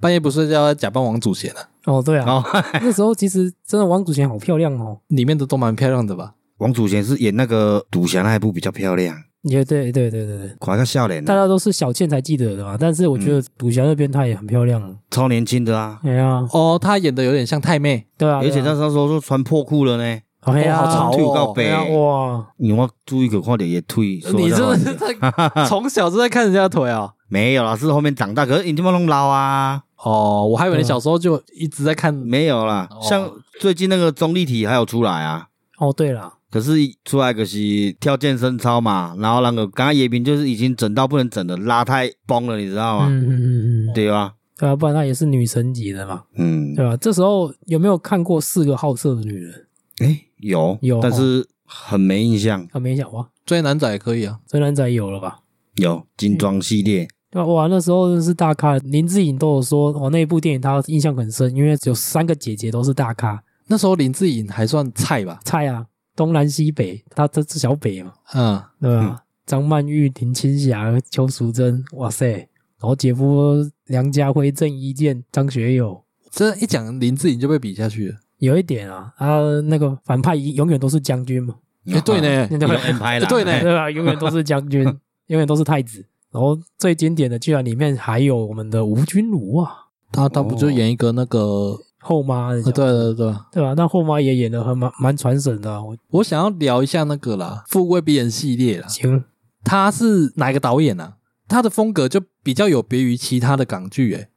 Speaker 1: 半夜不睡觉要假扮王祖贤啊，
Speaker 2: 哦，对啊，
Speaker 3: 哦，
Speaker 2: 那时候其实真的王祖贤好漂亮哦，
Speaker 1: 里面的都蛮漂亮的吧？
Speaker 3: 王祖贤是演那个赌侠那一部比较漂亮，
Speaker 2: 也对对对对对，
Speaker 3: 看个笑脸
Speaker 2: 大，家都是小倩才记得的嘛，但是我觉得赌侠那边她也很漂亮啊，
Speaker 3: 超年轻的啊，
Speaker 2: 哎呀，
Speaker 1: 哦，她演的有点像太妹，
Speaker 2: 对啊，
Speaker 3: 而且他那时候都穿破裤了呢，
Speaker 2: 好黑啊，
Speaker 1: 哦好潮哦
Speaker 3: 腿有够白
Speaker 2: 对啊，哇，
Speaker 3: 因为我注意去看到伊腿，所以
Speaker 1: 你
Speaker 3: 我才
Speaker 1: 真的
Speaker 3: 看
Speaker 1: 是
Speaker 3: 到
Speaker 1: 在 从小就在看人家的腿啊？
Speaker 3: 没有啦，是后面长大，可是你这么弄老啊，
Speaker 1: 哦，我还以为你小时候就一直在看。
Speaker 3: 没有啦，
Speaker 1: 哦
Speaker 3: 像最近那个钟丽缇还有出来啊。
Speaker 2: 哦对了，
Speaker 3: 可是出来可是跳健身操嘛，然后那个刚刚叶斌就是已经整到不能整的，拉太崩了，你知道吗？
Speaker 2: 嗯嗯嗯嗯，
Speaker 3: 对吧？
Speaker 2: 对啊，不然她也是女神级的嘛，
Speaker 3: 嗯，
Speaker 2: 对吧？这时候有没有看过《四个好色的女人
Speaker 3: 哎，有
Speaker 2: 有
Speaker 3: 但是很没印象。》
Speaker 2: 啊？没想哇，
Speaker 1: 追男仔也可以啊，
Speaker 2: 真男仔有了吧？
Speaker 3: 有精装系列，
Speaker 2: 对吧？哇，那时候真是大咖，林志颖都有说，哦，那一部电影他印象很深，因为有三个姐姐都是大咖，
Speaker 1: 那时候林志颖还算菜吧？
Speaker 2: 蔡啊，东南西北，他这是小北嘛，
Speaker 1: 嗯，
Speaker 2: 对吧？张曼玉、林青霞、邱淑贞，哇塞！然后姐夫梁家辉、郑伊健、张学友，
Speaker 1: 这一讲林志颖就被比下去了。
Speaker 2: 有一点啊，啊，那个反派永远都是将军嘛，
Speaker 1: 哎，对，呢，
Speaker 2: 对
Speaker 3: 有
Speaker 2: 吧？
Speaker 3: M 拍啦， 哦
Speaker 1: 对呢
Speaker 2: 对吧？啊永远都是将军，永远都是太子。然后最经典的，居然里面还有我们的吴君如啊，
Speaker 1: 他他不就演一个那个？
Speaker 2: 后妈的角
Speaker 1: 呃对对
Speaker 2: 色，
Speaker 1: 对，
Speaker 2: 对吧？那后妈也演的很蛮蛮传神的啊、我
Speaker 1: 我想要聊一下那个啦，《富贵逼人》系列啦。
Speaker 2: 行，
Speaker 1: 他是哪一个导演啊？他的风格就比较有别于其他的港剧，诶，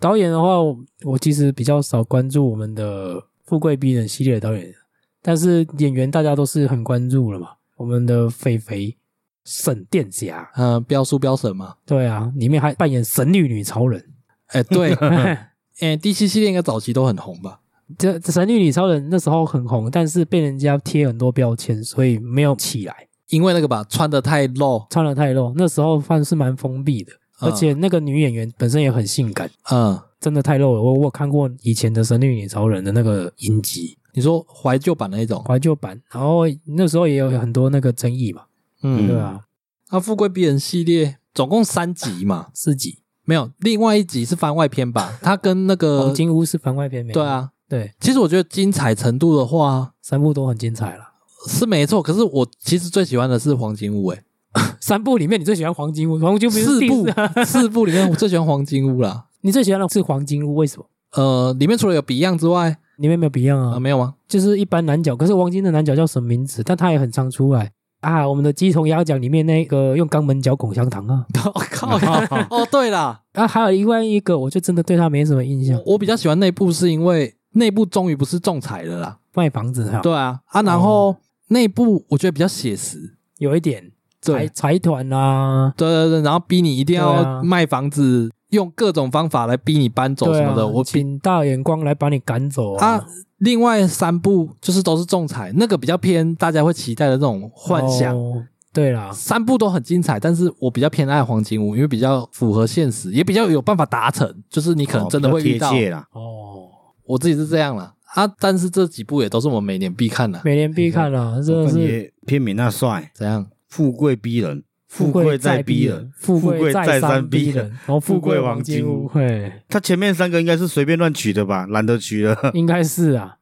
Speaker 2: 导演的话，我我其实比较少关注我们的《富贵逼人》系列的导演，但是演员大家都是很关注了嘛。我们的肥肥沈殿霞，
Speaker 1: 嗯，标叔标神嘛，
Speaker 2: 对啊，里面还扮演神女女超人。
Speaker 1: 哎，对， 哎，D C 系列应该早期都很红吧？
Speaker 2: 这这神女女超人那时候很红，但是被人家贴很多标签，所以没有起来，
Speaker 1: 因为那个吧，穿的太露，
Speaker 2: 穿的太露。那时候算是蛮封闭的，
Speaker 1: 嗯
Speaker 2: 而且那个女演员本身也很性感，
Speaker 1: 嗯，
Speaker 2: 真的太露了。我我有看过以前的神女女超人的那个影集
Speaker 1: 你说怀旧版那一种，
Speaker 2: 怀旧版，然后那时候也有很多那个争议嘛。
Speaker 1: 嗯，
Speaker 2: 对啊，
Speaker 1: 那《富贵逼人》系列总共三集嘛，
Speaker 2: 四集
Speaker 1: 没有，另外一集是番外篇吧？它跟那
Speaker 2: 《
Speaker 1: 个
Speaker 2: 黄，金屋》是番外篇没？
Speaker 1: 呃对，啊，
Speaker 2: 对，
Speaker 1: 其实我觉得精彩程度的话
Speaker 2: 三部都很精彩了。
Speaker 1: 是没错，可是我其实最喜欢的是黄金屋，诶，哎
Speaker 2: 三部里面你最喜欢《黄金屋》，《黄金屋》不是
Speaker 1: 四
Speaker 2: 第
Speaker 1: 部
Speaker 2: 啊
Speaker 1: 四部里面我最喜欢黄金屋啦。
Speaker 2: 你最喜欢的是《黄金屋》，为什么？
Speaker 1: 呃，里面除了有 Beyond 之外，
Speaker 2: 里面没有 Beyond
Speaker 1: 啊、
Speaker 2: 啊，
Speaker 1: 没有吗？
Speaker 2: 就是一般男角。可是王晶的男角叫什么名字？但他也很常出来啊。我们的鸡同鸭讲里面那个用肛门嚼口香糖啊
Speaker 1: 我、 靠！哦，对啦，
Speaker 2: 啊，还有另外一个，我就真的对他没什么印象。
Speaker 1: 我我比较喜欢内部，是因为内部终于不是仲裁了啦。
Speaker 2: 卖房子哈，
Speaker 1: 对啊，啊，然后内部我觉得比较写实，
Speaker 2: 有一点财
Speaker 1: 对，
Speaker 2: 财团啊，
Speaker 1: 对对对，然后逼你一定
Speaker 2: 对
Speaker 1: 要
Speaker 2: 啊
Speaker 1: 卖房子，用各种方法来逼你搬走
Speaker 2: 对
Speaker 1: 什
Speaker 2: 啊
Speaker 1: 么的。我比
Speaker 2: 请大眼光来把你赶走
Speaker 1: 啊，另外三部就是都是仲裁，那个比较偏大家会期待的那种幻想。
Speaker 2: 哦对啦，
Speaker 1: 三部都很精彩，但是我比较偏爱黄金屋，因为比较符合现实，也比较有办法达成，就是你可能真的
Speaker 3: 哦
Speaker 1: 会
Speaker 3: 比
Speaker 1: 遇
Speaker 3: 较
Speaker 1: 到。
Speaker 3: 贴切啦。
Speaker 2: 哦。
Speaker 1: 我自己是这样啦。啊，但是这几部也都是我每年必看的。
Speaker 2: 每年必看啦，真的
Speaker 3: 我看
Speaker 2: 是
Speaker 3: 也片名那帅，
Speaker 1: 怎样？
Speaker 3: 富贵逼人，
Speaker 2: 富贵再逼人，富贵再三逼人，然后富贵王金屋，嘿，
Speaker 5: 他前面三个应该是随便乱取的吧， 懒得取 了。
Speaker 2: 应该是啊，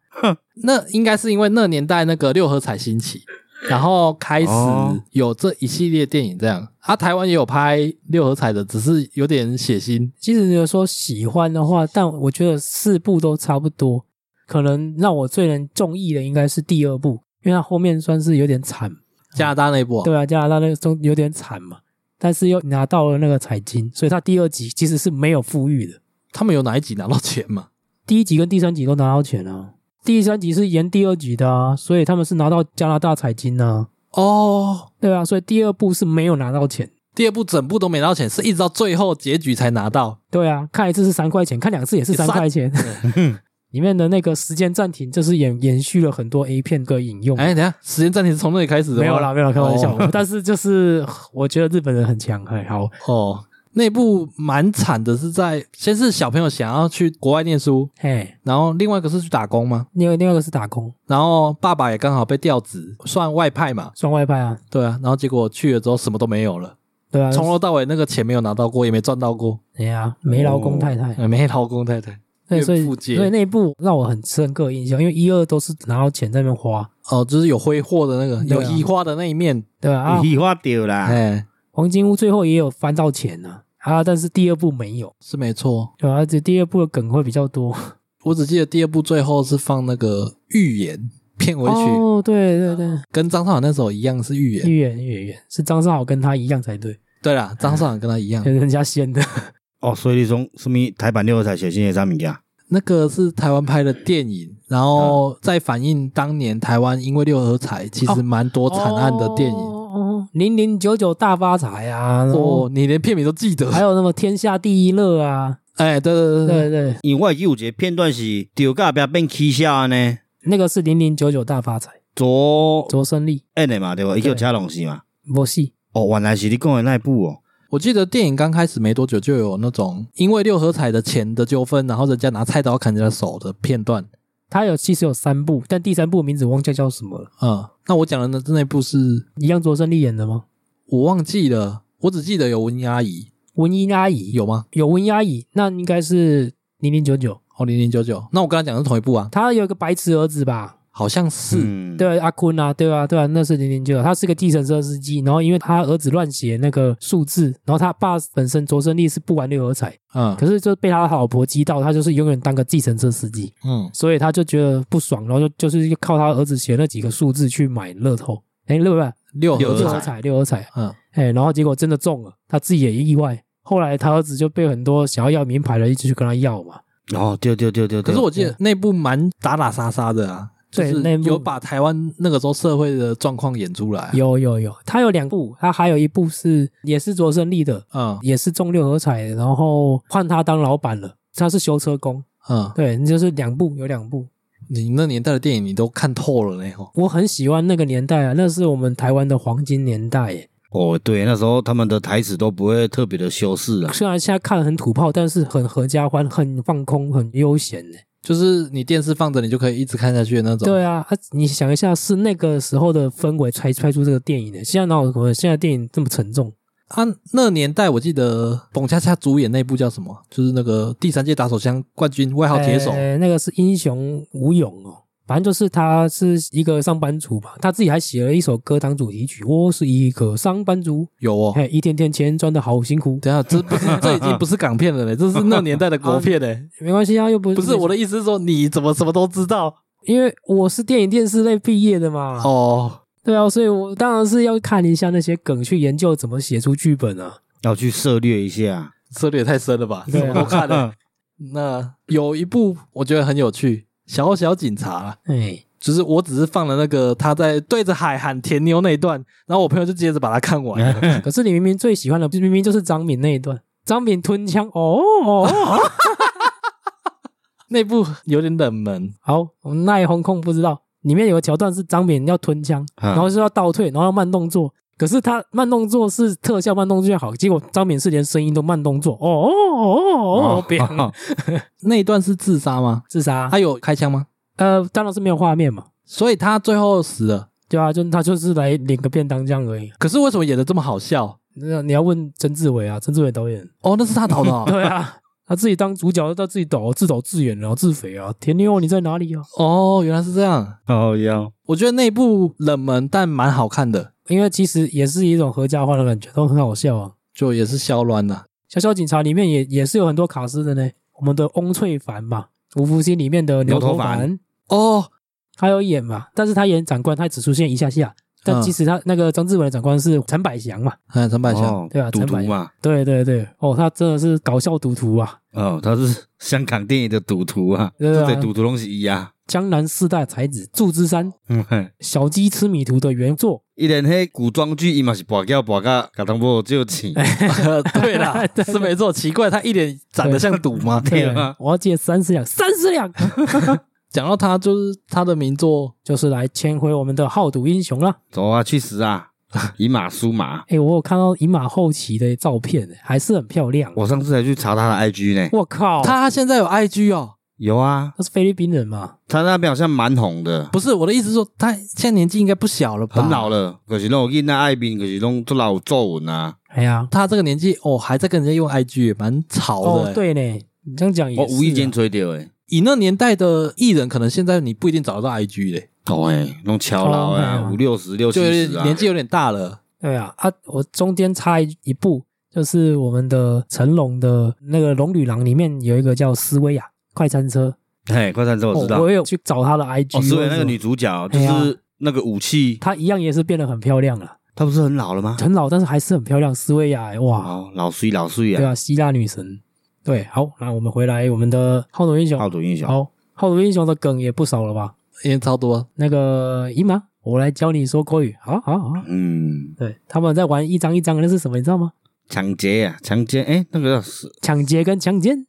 Speaker 1: 那应该是因为那年代那个六合彩兴起，然后开始
Speaker 5: 哦
Speaker 1: 有这一系列电影这样。啊，台湾也有拍六合彩的，只是有点血腥。
Speaker 2: 其实你有说喜欢的话，但我觉得四部都差不多。可能让我最能中意的应该是第二部，因为它后面算是有点惨，
Speaker 1: 加拿大那一部、
Speaker 2: 对啊，加拿大那个中有点惨嘛，但是又拿到了那个彩金，所以它第二集其实是没有富裕的。
Speaker 1: 他们有哪一集拿到钱 嘛？
Speaker 2: 第一集跟第三集都拿到钱啊，第三集是延第二集的啊，所以他们是拿到加拿大彩金啊，
Speaker 1: 哦，
Speaker 2: 对啊，所以第二部是没有拿到钱，
Speaker 1: 第二部整部都没拿到钱，是一直到最后结局才拿到。
Speaker 2: 对啊，看一次是三块钱，看两次也是三块钱。 里面的那个时间暂停，就是延延续了很多 A 片的引用，
Speaker 1: 哎、等一下，时间暂停是从那里开始的吗
Speaker 2: 没有啦，没有啦，开玩笑。
Speaker 1: 哦
Speaker 2: 但是就是我觉得日本人很强，哎，好，
Speaker 1: 哦，那部蛮惨的，是在先是小朋友想要去国外念书，
Speaker 2: 嘿，
Speaker 1: 然后另外一个是去打工嘛，
Speaker 2: 另外另外一个是打工，
Speaker 1: 然后爸爸也刚好被调职，算外派嘛，
Speaker 2: 算外派啊，
Speaker 1: 对啊，然后结果去了之后什么都没有了，
Speaker 2: 对啊，
Speaker 1: 从头到尾那个钱没有拿到过，也没赚到过，
Speaker 2: 哎呀，没劳工太太，
Speaker 1: 呃没劳工太太。
Speaker 2: 对，所以
Speaker 1: 怨妇界
Speaker 2: 所以那一部让我很深刻的印象，因为一二都是拿到钱在那边花，
Speaker 1: 哦，就是有挥霍的那个，
Speaker 2: 对
Speaker 1: 有
Speaker 2: 啊
Speaker 1: 移花的那一面，
Speaker 2: 对吧？啊，
Speaker 5: 你花掉啦，
Speaker 1: 哎、
Speaker 2: 黄金屋最后也有翻到钱呢、啊，啊，但是第二部没有，
Speaker 1: 是没错。
Speaker 2: 对吧、而且第二部的梗会比较多。
Speaker 1: 我只记得第二部最后是放那个预言片尾曲，
Speaker 2: 哦，对对对，
Speaker 1: 跟张韶涵那首一样是预言。
Speaker 2: 预言预言是张少豪跟他一样 才对，
Speaker 1: 对啦，张韶涵跟他一样，
Speaker 2: 人家先的。
Speaker 5: 哦，所以你从什么台版六合彩写信的啥物件？
Speaker 1: 那个是台湾拍的电影，然后在反映当年台湾因为六合彩其实蛮多惨案的电影。哦，
Speaker 2: 哦，零零九九大发财啊，哦，
Speaker 1: 你连片名都记得？
Speaker 2: 还有那么天下第一乐啊，
Speaker 1: 哎，对对对对，
Speaker 2: 对对，
Speaker 5: 因为我记得有一个片段是丢甲壁变起下呢，
Speaker 2: 那个是零零九九大发财，
Speaker 5: 左
Speaker 2: 卓胜利，
Speaker 5: 按的嘛，对吧？伊叫车龙是嘛？
Speaker 2: 我戏
Speaker 5: 哦，原来是你讲的那一部哦。
Speaker 1: 我记得电影刚开始没多久就有那种因为六合彩的钱的纠纷，然后人家拿菜刀砍人家手的片段。
Speaker 2: 他有其实有三部，但第三部名字忘记叫什么了，
Speaker 1: 嗯，那我讲的那那部是
Speaker 2: 一样卓胜利演的吗？
Speaker 1: 我忘记了，我只记得有文英阿姨，
Speaker 2: 文英阿姨
Speaker 1: 有吗？
Speaker 2: 有文英阿姨，那应该是零零九九，
Speaker 1: 哦，零零九九。那我跟他讲的是同一部啊，
Speaker 2: 他有一个白痴儿子吧？
Speaker 1: 好像是。
Speaker 5: 嗯，
Speaker 2: 对啊，阿坤啊，对啊，对啊，那是零零九，他是个计程车司机，然后因为他儿子乱写那个数字，然后他爸本身卓胜利是不玩六合彩，
Speaker 1: 嗯
Speaker 2: 可是就被他老婆激到，他就是永远当个计程车司机，
Speaker 1: 嗯，
Speaker 2: 所以他就觉得不爽，然后就就是靠他儿子写那几个数字去买乐透，哎，六不是
Speaker 1: 六合
Speaker 2: 六
Speaker 1: 彩。
Speaker 2: 合彩，六合彩，
Speaker 1: 嗯，
Speaker 2: 哎，然后结果真的中了，他自己也意外，后来他儿子就被很多想要要名牌的一直去跟他要嘛，
Speaker 5: 哦，对对对对对。
Speaker 1: 可是我记得那部蛮打打杀杀的啊，就
Speaker 2: 对
Speaker 1: 是
Speaker 2: 那部
Speaker 1: 有把台湾那个时候社会的状况演出来啊。
Speaker 2: 有有有，他有两部，他还有一部是也是卓胜利的，
Speaker 1: 嗯
Speaker 2: 也是中六合彩的，然后换他当老板了。他是修车工，
Speaker 1: 嗯，
Speaker 2: 对，就是两部有两部，
Speaker 1: 你那年代的电影你都看透了呢吼。
Speaker 2: 我很喜欢那个年代啊，那是我们台湾的黄金年代耶。
Speaker 5: 哦，对，那时候他们的台词都不会特别的修饰啊。
Speaker 2: 虽然现在看很土炮，但是很合家欢，很放空，很悠闲耶。
Speaker 1: 就是你电视放着，你就可以一直看下去的那种。，
Speaker 2: 对啊，啊你想一下，是那个时候的氛围才拍出这个电影的。现在哪有什么现在电影这么沉重？
Speaker 1: 啊，那年代我记得彭恰恰主演那部叫什么？就是那个第三届打手枪冠军，外号铁手。
Speaker 2: 呃那个是英雄吴勇哦。反正就是他是一个上班族吧，他自己还写了一首歌当主题曲，我是一个上班族，
Speaker 1: 有哦。
Speaker 2: 嘿，一天天钱赚的好辛苦。
Speaker 1: 等一下，这不是这已经不是港片了嘞，这是那年代的 国片嘞。
Speaker 2: 没关系啊，又不是
Speaker 1: 不是我的，意思是说，你怎么什么都知道
Speaker 2: 因为我是电影电视类毕业的嘛。
Speaker 1: 哦？
Speaker 2: 对啊，所以我当然是要看一下那些梗，去研究怎么写出剧本啊。
Speaker 5: 要去涉猎一 下。
Speaker 1: 涉猎太深了吧？
Speaker 2: 对啊
Speaker 1: 什么都看了。 那有一部我觉得很有趣，《小小警察》，
Speaker 2: 哎，
Speaker 1: 就是我只是放了那个他在对着海喊甜妞那一段，然后我朋友就接着把它看完 了。
Speaker 2: 可是你明明最喜欢的，明明就是张敏那一段，张敏吞枪，哦哦，哦
Speaker 1: 那部有点冷门，
Speaker 2: 好，我奈红控不知道，里面有个桥段是张敏要吞枪，
Speaker 5: 嗯
Speaker 2: 然后是要倒退，然后要慢动作。可是他慢动作是特效慢动作好，结果张敏是连声音都慢动作，哦哦哦哦，别、
Speaker 1: 那一段是自杀吗？
Speaker 2: 自杀、
Speaker 1: 他有开枪吗？
Speaker 2: 呃，当然是没有画面嘛，
Speaker 1: 所以他最后死了。
Speaker 2: 对啊，就他就是来领个便当这样而已。
Speaker 1: 可是为什么演的这么好笑？
Speaker 2: 那你要问曾志伟啊，曾志伟导演，
Speaker 1: 哦，那是他导的哦。
Speaker 2: 对啊， 他自己当主角，他自己导，自导自演，然后自肥啊。田妞，你在哪里啊？
Speaker 1: 哦，原来是这样。
Speaker 3: 哦要，
Speaker 1: 我觉得那部冷门但蛮好看的，
Speaker 2: 因为其实也是一种合家欢的感觉，都很好笑啊。
Speaker 1: 就也是啊肖乱的。
Speaker 2: 《小小警察》里面也也是有很多卡司的呢，我们的翁翠凡嘛，《无福星》里面的牛头
Speaker 6: 牛头
Speaker 2: 凡
Speaker 6: 凡，
Speaker 1: 哦，
Speaker 2: 他有演嘛，但是他演长官，他只出现一下下。但
Speaker 1: 嗯
Speaker 2: 其实他那个张志文的长官是陈百祥嘛，
Speaker 1: 嗯，陈百祥，
Speaker 3: 哦
Speaker 2: 对啊
Speaker 3: 赌
Speaker 2: 陈
Speaker 3: 徒
Speaker 2: 百
Speaker 3: 嘛，
Speaker 2: 对对对，哦，他真的是搞笑赌徒啊，
Speaker 3: 哦，他是香港电影的赌徒啊，
Speaker 2: 对啊
Speaker 3: 这对赌徒东西一样，
Speaker 2: 江南四大才子祝枝山
Speaker 3: 嗯嘿
Speaker 2: 小鸡吃米图的原 作，
Speaker 3: 伊连迄古装剧伊嘛是跋筊跋甲，甲同某借钱，
Speaker 2: 哎
Speaker 1: 对啦，是没错。奇怪，他一脸长得像赌吗？
Speaker 2: 对
Speaker 3: 啊，
Speaker 2: 我要借三十两，三十两，
Speaker 1: 讲到他，就是他的名作
Speaker 2: 就是来签回我们的好赌英雄啦。
Speaker 3: 走啊去死啊，以马输马。
Speaker 2: 哎，我有看到以马后期的照片，还是很漂亮。
Speaker 3: 我上次还去查他的 IG 呢，
Speaker 2: 我靠，
Speaker 1: 他现在有 IG 哦，
Speaker 3: 有啊，
Speaker 2: 他是菲律宾人嘛？
Speaker 3: 他那边好像蛮红的，
Speaker 1: 不是我的意思是说，他现在年纪应该不小了吧？
Speaker 3: 很老，
Speaker 2: 啊
Speaker 3: 了，可是拢有囡仔爱面，可是拢做老有皱纹啊。
Speaker 2: 哎呀，
Speaker 1: 他这个年纪哦，还在跟人家用 IG，也蛮潮的、欸
Speaker 2: 哦，，对呢，你这样讲也
Speaker 3: 我
Speaker 2: 是啊
Speaker 3: 无意间吹到诶，
Speaker 1: 以那年代的艺人，可能现在你不一定找得到 IG 嘞，
Speaker 3: 哦诶，拢超老
Speaker 2: 哦哎呀
Speaker 3: 啊，五六十六
Speaker 1: 就
Speaker 3: 七
Speaker 1: 有
Speaker 3: 十
Speaker 1: 点
Speaker 3: 啊，
Speaker 1: 年纪有点大了。
Speaker 2: 对啊啊！我中间插一一步，就是我们的成龙的那个《龙女郎》里面有一个叫斯薇娅快餐车，
Speaker 3: 嘿，快餐车我知道，
Speaker 2: 我
Speaker 3: 哦，
Speaker 2: 也有去找她的 IG，、
Speaker 3: 是为那个女，主角就
Speaker 2: 哎呀
Speaker 3: 是那个武器，
Speaker 2: 她一样也是变得很漂亮了，
Speaker 3: 她不是很老了吗？
Speaker 2: 很老但是还是很漂亮，斯薇娅欸哇，
Speaker 3: 哦，老衰老衰
Speaker 2: 对
Speaker 3: 啊，
Speaker 2: 啊，希腊女神，对，好，那我们回来我们的好赌英雄，
Speaker 3: 好赌英雄，
Speaker 2: 好，好赌英雄的梗也不少了吧？
Speaker 1: 也超多，
Speaker 2: 那个姨妈，我来教你说国语，好好好，
Speaker 3: 嗯，
Speaker 2: 对，他们在玩一张一张，那是什么你知道吗？
Speaker 3: 抢劫啊，强奸，哎，那个叫是
Speaker 2: 抢劫跟强奸，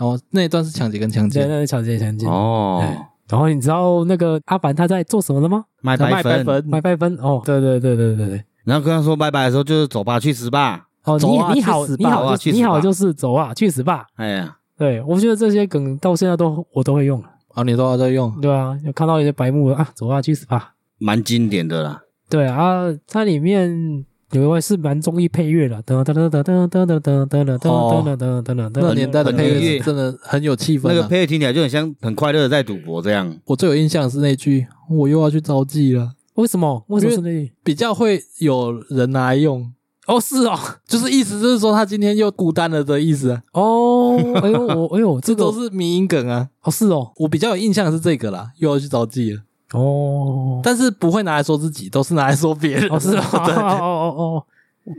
Speaker 1: 哦，那一段是抢劫跟强
Speaker 2: 对，
Speaker 1: 奸，
Speaker 2: 那是抢劫强奸。
Speaker 3: 哦，
Speaker 2: 然后你知道那个阿凡他在做什么了吗？
Speaker 3: 卖
Speaker 1: 他卖
Speaker 3: 白
Speaker 1: 白
Speaker 3: 粉，
Speaker 1: 粉，
Speaker 2: 买拜分哦，对对对对对对。
Speaker 3: 然后跟他说拜拜的时候就是走吧，去死吧，
Speaker 2: 哦，
Speaker 1: 走
Speaker 2: 你、
Speaker 1: 啊
Speaker 2: 你
Speaker 1: 去
Speaker 2: 好，
Speaker 1: 死
Speaker 2: 你
Speaker 1: 吧
Speaker 3: 走
Speaker 2: 好
Speaker 3: 啊
Speaker 2: 就
Speaker 3: 去
Speaker 2: 你
Speaker 3: 死
Speaker 2: 好
Speaker 3: 吧
Speaker 2: 就是走啊，去死吧！
Speaker 3: 哎呀，
Speaker 2: 对我觉得这些梗到现在都我都会用了，
Speaker 1: 哦，你都还在用，
Speaker 2: 对啊，有看到一些白目啊，走啊，去死吧！
Speaker 3: 蛮经典的啦，
Speaker 2: 对啊，它里面有一位是蛮中意配乐的，噔噔噔噔噔噔噔噔噔噔噔噔噔噔，
Speaker 1: 那年代的配
Speaker 3: 很
Speaker 1: 乐
Speaker 3: 音
Speaker 1: 是
Speaker 3: 乐
Speaker 1: 真的很有气氛、啊。
Speaker 3: 那个配乐听起来就很像很快乐的在赌博这样，
Speaker 1: 我最有印象的是那句“我又要去招妓 了
Speaker 2: 为什么？为什么是那？”，
Speaker 1: 比较会有人拿来用，
Speaker 2: 哦，是哦，
Speaker 1: 就是意思就是说他今天又孤单了的意思、啊，
Speaker 2: 哦，哎呦，我哎呦，
Speaker 1: 这
Speaker 2: 这个
Speaker 1: 都是迷因梗啊。
Speaker 2: 哦是哦，
Speaker 1: 我比较有印象的是这个啦，又要去招妓了，
Speaker 2: 哦，
Speaker 1: 但是不会拿来说自己，都是拿来说别人。
Speaker 2: 哦是哦， 哦哦哦，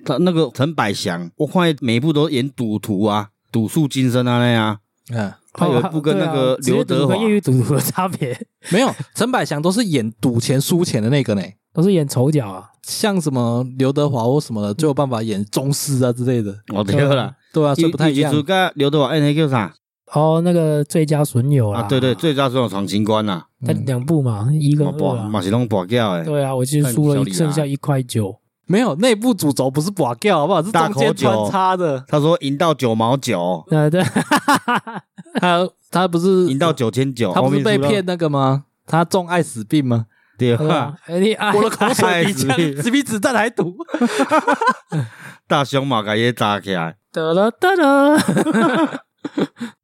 Speaker 3: 他那个陈百祥，我看每一部都演赌徒啊，赌术精深啊那样啊，
Speaker 1: 嗯，
Speaker 3: 他有一部跟那个
Speaker 2: 哦对啊
Speaker 3: 刘德华
Speaker 2: 职业赌徒跟业余赌徒的差别，
Speaker 1: 没有，陈百祥都是演赌钱输钱的那个呢，
Speaker 2: 都是演丑角啊。
Speaker 1: 像什么刘德华或什么的，就有办法演宗师啊之类的。
Speaker 3: 哦对啦，
Speaker 1: 对啊，所以不太一样
Speaker 3: 主。跟刘德华演那个叫啥
Speaker 2: 哦，那个最佳损友啦
Speaker 3: 啊？对对，，最早是有闯情关呐，
Speaker 2: 他两部嘛，一跟
Speaker 3: 嘛
Speaker 2: 二
Speaker 3: 博
Speaker 2: 啊。
Speaker 3: 嘛是拢博掉诶，
Speaker 2: 对啊，我其实输了一，
Speaker 3: 看小李啊
Speaker 2: 剩下一块九。
Speaker 1: 没有内部主轴不是寡掉好不好？是中
Speaker 3: 大口
Speaker 1: 间
Speaker 3: 酒
Speaker 1: 穿插 的。
Speaker 3: 他说赢到九毛九，
Speaker 2: 呃，对，
Speaker 1: 他他不是
Speaker 3: 赢到九千九，
Speaker 1: 他不
Speaker 3: 后
Speaker 1: 是
Speaker 3: 面
Speaker 1: 被
Speaker 3: 输到
Speaker 1: 骗那个吗？他中艾死病吗？
Speaker 3: 对
Speaker 2: 对啊
Speaker 3: 吧？
Speaker 2: 哎你啊，
Speaker 1: 我的 口水比
Speaker 3: 艾滋
Speaker 1: 枪比子弹还 毒。
Speaker 3: 大熊马甲也扎起来，
Speaker 2: 得了得了。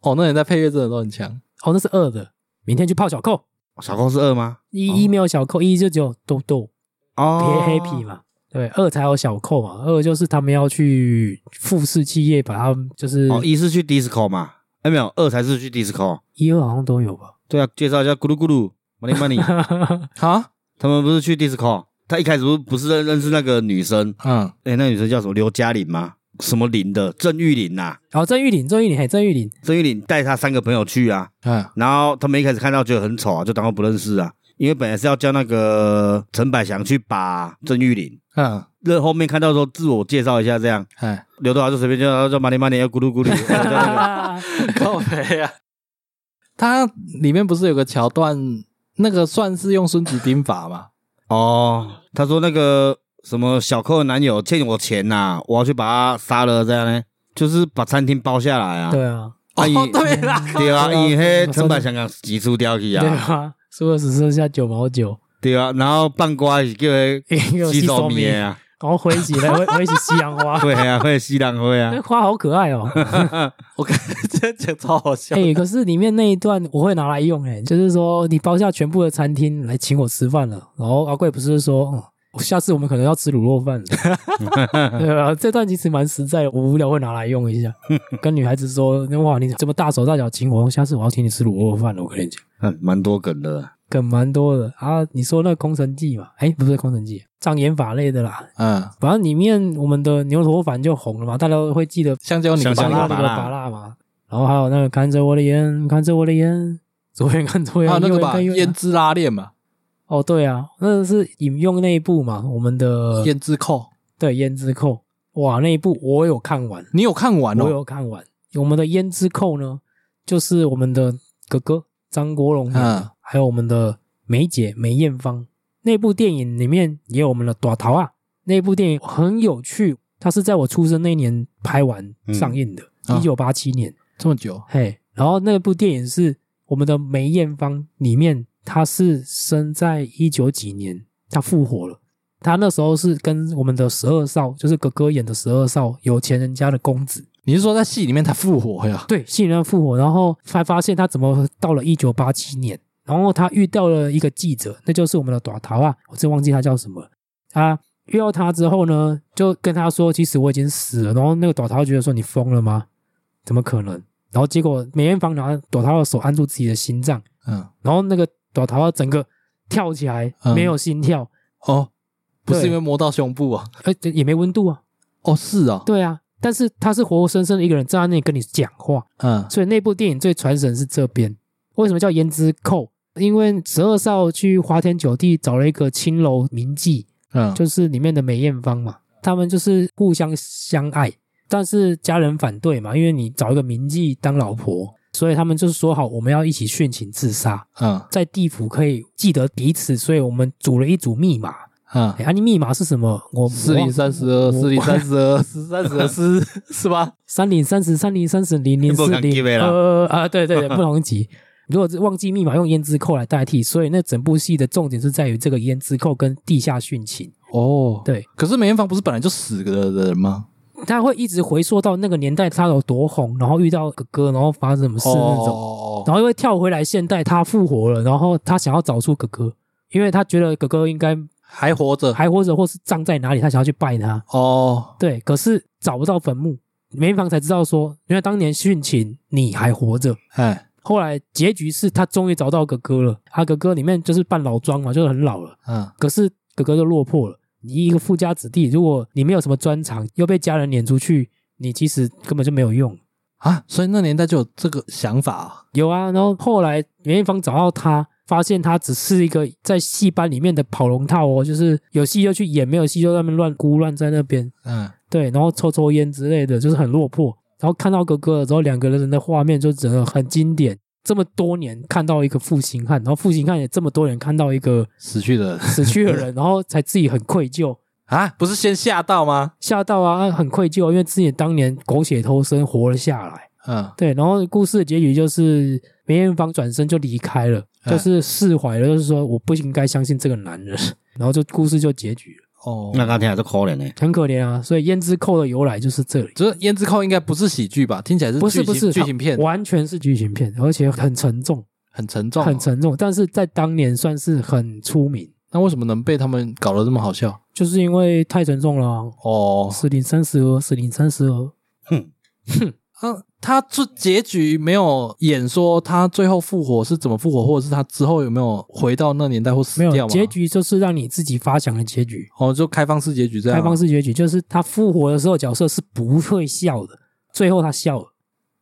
Speaker 1: 哦，那人在配乐真的都很强。
Speaker 2: 哦，那是二的，明天去泡小扣。
Speaker 3: 小高是二吗？
Speaker 2: 一一没有小扣，一就只有豆豆
Speaker 3: 哦
Speaker 2: 撇黑皮嘛。对，二才有小扣嘛。二就是他们要去富士企业，把他们就是
Speaker 3: 哦，一是去 disco 嘛？哎，没有，二才是去 disco。
Speaker 2: 一二好像都有吧。
Speaker 3: 对啊，介绍一下咕噜咕噜 money money，
Speaker 1: 好，
Speaker 3: 他们不是去 disco？他一开始不是不是认认识那个女生，
Speaker 1: 嗯，
Speaker 3: 哎，那女生叫什么？刘嘉玲吗？什么玲的？郑玉玲呐、啊，
Speaker 2: 然哦后郑玉玲，郑玉玲，嘿，郑玉 玲，
Speaker 3: 郑玉玲带她三个朋友去啊，
Speaker 1: 嗯，
Speaker 3: 然后他们一开始看到觉得很丑啊，就当做不认识啊，因为本来是要叫那个陈百祥去把郑玉玲，
Speaker 1: 嗯，
Speaker 3: 那后面看到说自我介绍一下这样，
Speaker 1: 哎，
Speaker 3: 刘德华就随便叫他叫 money money 要咕噜咕噜，然
Speaker 2: 啊
Speaker 3: 后叫那个
Speaker 1: 靠背啊。它里面不是有个桥段，那个算是用孙子兵法嘛？
Speaker 3: 哦，他说那个什么小寇的男友欠我钱呐、我要去把他杀了，这样呢，就是把餐厅包下来啊。
Speaker 2: 对啊，
Speaker 3: 啊，
Speaker 1: 哦，
Speaker 3: 以
Speaker 1: 对啦，
Speaker 3: 对啊，
Speaker 2: 对啊
Speaker 3: 以黑成把香港挤出掉去
Speaker 2: 对
Speaker 3: 啊，
Speaker 2: 啊，输了只剩下九毛九，
Speaker 3: 对啊，然后半瓜是叫
Speaker 2: 一个
Speaker 3: 黑
Speaker 2: 吸
Speaker 3: 洗手
Speaker 2: 收
Speaker 3: 米
Speaker 2: 米
Speaker 3: 的啊，
Speaker 2: 然后挥起来，挥挥起西洋 花，
Speaker 5: 会啊，会西兰花啊
Speaker 2: 那，花好可爱哦。
Speaker 1: 我看今天讲超好笑，
Speaker 2: 哎，可是里面那一段我会拿来用，哎，就是说你包下全部的餐厅来请我吃饭了，然后阿贵不是说。嗯下次我们可能要吃卤肉饭了， 对啊，这段其实蛮实在的，我无聊会拿来用一下，跟女孩子说：“哇，你这么大手大脚请我，下次我要请你吃卤肉饭了。”我跟你讲。
Speaker 5: 嗯蛮多梗的啊。
Speaker 2: 梗蛮多的啊。你说那个《空城计》嘛？哎，不是《空城计》，障眼法类的啦。
Speaker 1: 嗯，
Speaker 2: 反正里面我们的牛头反就红了嘛，大家都会记得
Speaker 1: 香蕉你
Speaker 5: 香
Speaker 2: 拔
Speaker 5: 蕉
Speaker 1: 拔
Speaker 5: 泥
Speaker 2: 蜡
Speaker 1: 蜡
Speaker 2: 那
Speaker 5: 拔
Speaker 2: 个
Speaker 5: 蜡
Speaker 2: 拔蜡嘛。然后还有那个看着我的眼，看着我的眼， 左眼看左眼，
Speaker 1: 还啊有那
Speaker 2: 右
Speaker 1: 个
Speaker 2: 眼
Speaker 1: 吧，
Speaker 2: 看右
Speaker 1: 胭
Speaker 2: 眼。
Speaker 1: 脂拉链嘛，
Speaker 2: 哦，对啊，那是引用那一部嘛，我们的
Speaker 1: 胭脂扣，
Speaker 2: 对《胭脂扣》。哇，那一部我有看完，
Speaker 1: 你有看完
Speaker 2: 我
Speaker 1: 哦？
Speaker 2: 有看完。我们的《胭脂扣》呢，就是我们的哥哥张国荣演的
Speaker 1: 嗯
Speaker 2: 还有我们的梅姐梅艳芳。那部电影里面也有我们的朵桃啊，那部电影很有趣，它是在我出生那一年拍完上映的，
Speaker 1: 啊
Speaker 2: 一九八七年。
Speaker 1: 这么久，
Speaker 2: 嘿，然后那部电影是我们的梅艳芳里面，她是生在一九几年，她复活了。她那时候是跟我们的十二少，就是哥哥演的十二少，有钱人家的公子，
Speaker 1: 你是说在戏里面他复活呀？
Speaker 2: 对，吸引人复活，然后才发现他怎么到了一九八七年，然后他遇到了一个记者，那就是我们的短桃啊，我真忘记他叫什么了。他遇到他之后呢，就跟他说，其实我已经死了。然后那个短桃觉得说你疯了吗？怎么可能？然后结果梅艳芳拿短桃的手按住自己的心脏，
Speaker 1: 嗯，
Speaker 2: 然后那个短桃整个跳起来，
Speaker 1: 嗯
Speaker 2: 没有心跳，
Speaker 1: 哦，不是
Speaker 2: 对
Speaker 1: 因为摸到胸部啊？
Speaker 2: 而且也没温度啊。
Speaker 1: 哦，是啊，
Speaker 2: 对啊，但是他是活活生生的一个人站在那里跟你讲话，
Speaker 1: 嗯
Speaker 2: 所以那部电影最传神是这边。为什么叫胭脂扣？因为十二少去花天酒地找了一个青楼名妓，
Speaker 1: 嗯，
Speaker 2: 就是里面的梅艳芳嘛，他们就是互相相爱，但是家人反对嘛，因为你找一个名妓当老婆，所以他们就是说好我们要一起殉情自杀，
Speaker 1: 嗯
Speaker 2: 在地府可以记得彼此，所以我们组了一组密码。
Speaker 1: 嗯
Speaker 2: 哎，，啊，你密码是什么？我
Speaker 1: 四零三十二，四零三十二，四三十二是是吧？
Speaker 2: 三零三十三零三十零零四
Speaker 5: 不能记
Speaker 2: 零
Speaker 5: 的啦
Speaker 2: 呃啊，对对对，不同级。 如果是忘记密码，用胭脂扣来代替，所以那整部戏的重点是在于这个胭脂扣跟地下殉情。
Speaker 1: 哦，
Speaker 2: 对，
Speaker 1: 可是梅艳芳不是本来就死了的人吗？
Speaker 2: 他会一直回溯到那个年代他有多红，然后遇到哥哥，然后发生什么事那种，
Speaker 1: 哦
Speaker 2: 然后又会跳回来现代，他复活了，然后他想要找出哥哥，因为他觉得哥哥应该
Speaker 1: 还活着，
Speaker 2: 还活着，或是葬在哪里，他想要去拜他。
Speaker 1: 哦，
Speaker 2: 对，可是找不到坟墓，梅艳芳才知道说，原来当年殉情你还活着。
Speaker 1: 哎，
Speaker 2: 后来结局是他终于找到哥哥了，他哥哥里面就是扮老庄嘛，就是很老了，
Speaker 1: 嗯
Speaker 2: 可是哥哥就落魄了。你一个富家子弟，如果你没有什么专长，又被家人撵出去，你其实根本就没有用。
Speaker 1: 啊，所以那年代就有这个想法啊，
Speaker 2: 有啊，然后后来梅艳芳找到他，发现他只是一个在戏班里面的跑龙套哦，就是有戏就去演，没有戏就在那边乱咕乱在那边，
Speaker 1: 嗯，
Speaker 2: 对，然后抽抽烟之类的，就是很落魄。然后看到哥哥的时候，两个人的画面就整个很经典。这么多年看到一个负心汉，然后负心汉也这么多人看到一个
Speaker 1: 死去的人
Speaker 2: 死去的人，然后才自己很愧疚，
Speaker 1: 啊，不是先吓到吗？
Speaker 2: 吓到啊，很愧疚，因为自己当年苟且偷生活了下来。
Speaker 1: 嗯
Speaker 2: 对，然后故事的结局就是梅艳芳转身就离开了，
Speaker 1: 嗯
Speaker 2: 就是释怀了，就是说我不应该相信这个男人， 然后就故事就结局了，
Speaker 1: 哦，
Speaker 5: 那刚听来就可怜呢。
Speaker 2: 很可怜啊。所以胭脂扣的由来就是这里。
Speaker 1: 就是胭脂扣应该不是喜剧吧？听起来是
Speaker 2: 不是
Speaker 1: 剧情
Speaker 2: 不是
Speaker 1: 剧情片
Speaker 2: 它，完全是剧情片，而且很沉重，
Speaker 1: 很沉重哦，
Speaker 2: 很沉重。但是在当年算是很出名，
Speaker 1: 那为什么能被他们搞得这么好笑？
Speaker 2: 就是因为太沉重了啊、
Speaker 1: 哦，
Speaker 2: 四零三十二，四零三十二，哦
Speaker 1: 嗯，他这结局没有演说他最后复活是怎么复活，或者是他之后有没有回到那年代或死
Speaker 2: 没
Speaker 1: 掉
Speaker 2: 有
Speaker 1: 吗？
Speaker 2: 结局，就是让你自己发想的结局。
Speaker 1: 哦，就开放式结局这样啊。
Speaker 2: 开放式结局就是他复活的时候，角色是不会笑的，最后他笑了。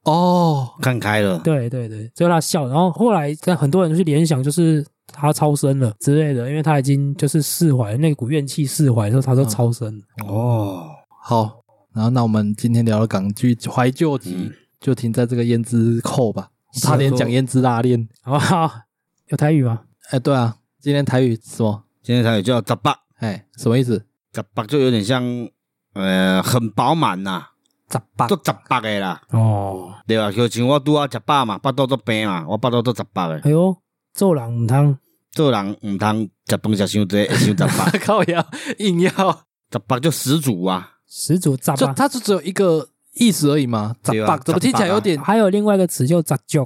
Speaker 1: 哦，
Speaker 5: 看开了，
Speaker 2: 对对对，最后他笑，然后后来在很多人去联想，就是他超生了之类的，因为他已经就是释怀那股怨气，释怀之后他就
Speaker 1: 嗯
Speaker 2: 超生了。
Speaker 5: 哦，
Speaker 1: 好，然后那我们今天聊的港剧怀旧集、
Speaker 5: 嗯
Speaker 1: 就停在这个胭脂扣吧，我
Speaker 2: 啊
Speaker 1: 差点讲胭脂拉链。
Speaker 2: 好不好？有台语吗？
Speaker 1: 哎，对啊，今天台语什么？
Speaker 5: 今天台语叫杂八，
Speaker 1: 哎，什么意 思？
Speaker 5: 杂八就有点像呃很饱满呐，
Speaker 1: 杂
Speaker 2: 啊
Speaker 1: 八。
Speaker 5: 做杂八的啦，
Speaker 2: 哦，
Speaker 5: 对吧？就像我拄啊食饱嘛，腹肚做病嘛，我腹肚做杂八的
Speaker 2: 哎，呦，做人唔通
Speaker 5: 做人毋通食饭食伤济，会伤杂八
Speaker 1: 靠腰硬要
Speaker 3: 十八就十组啊，
Speaker 2: 始祖杂
Speaker 1: 就
Speaker 2: 吧，
Speaker 1: 它就只有一个意思而已嘛。咋
Speaker 3: 对啊
Speaker 1: 办？怎么听起来有点
Speaker 2: 还有另外一个词叫杂足，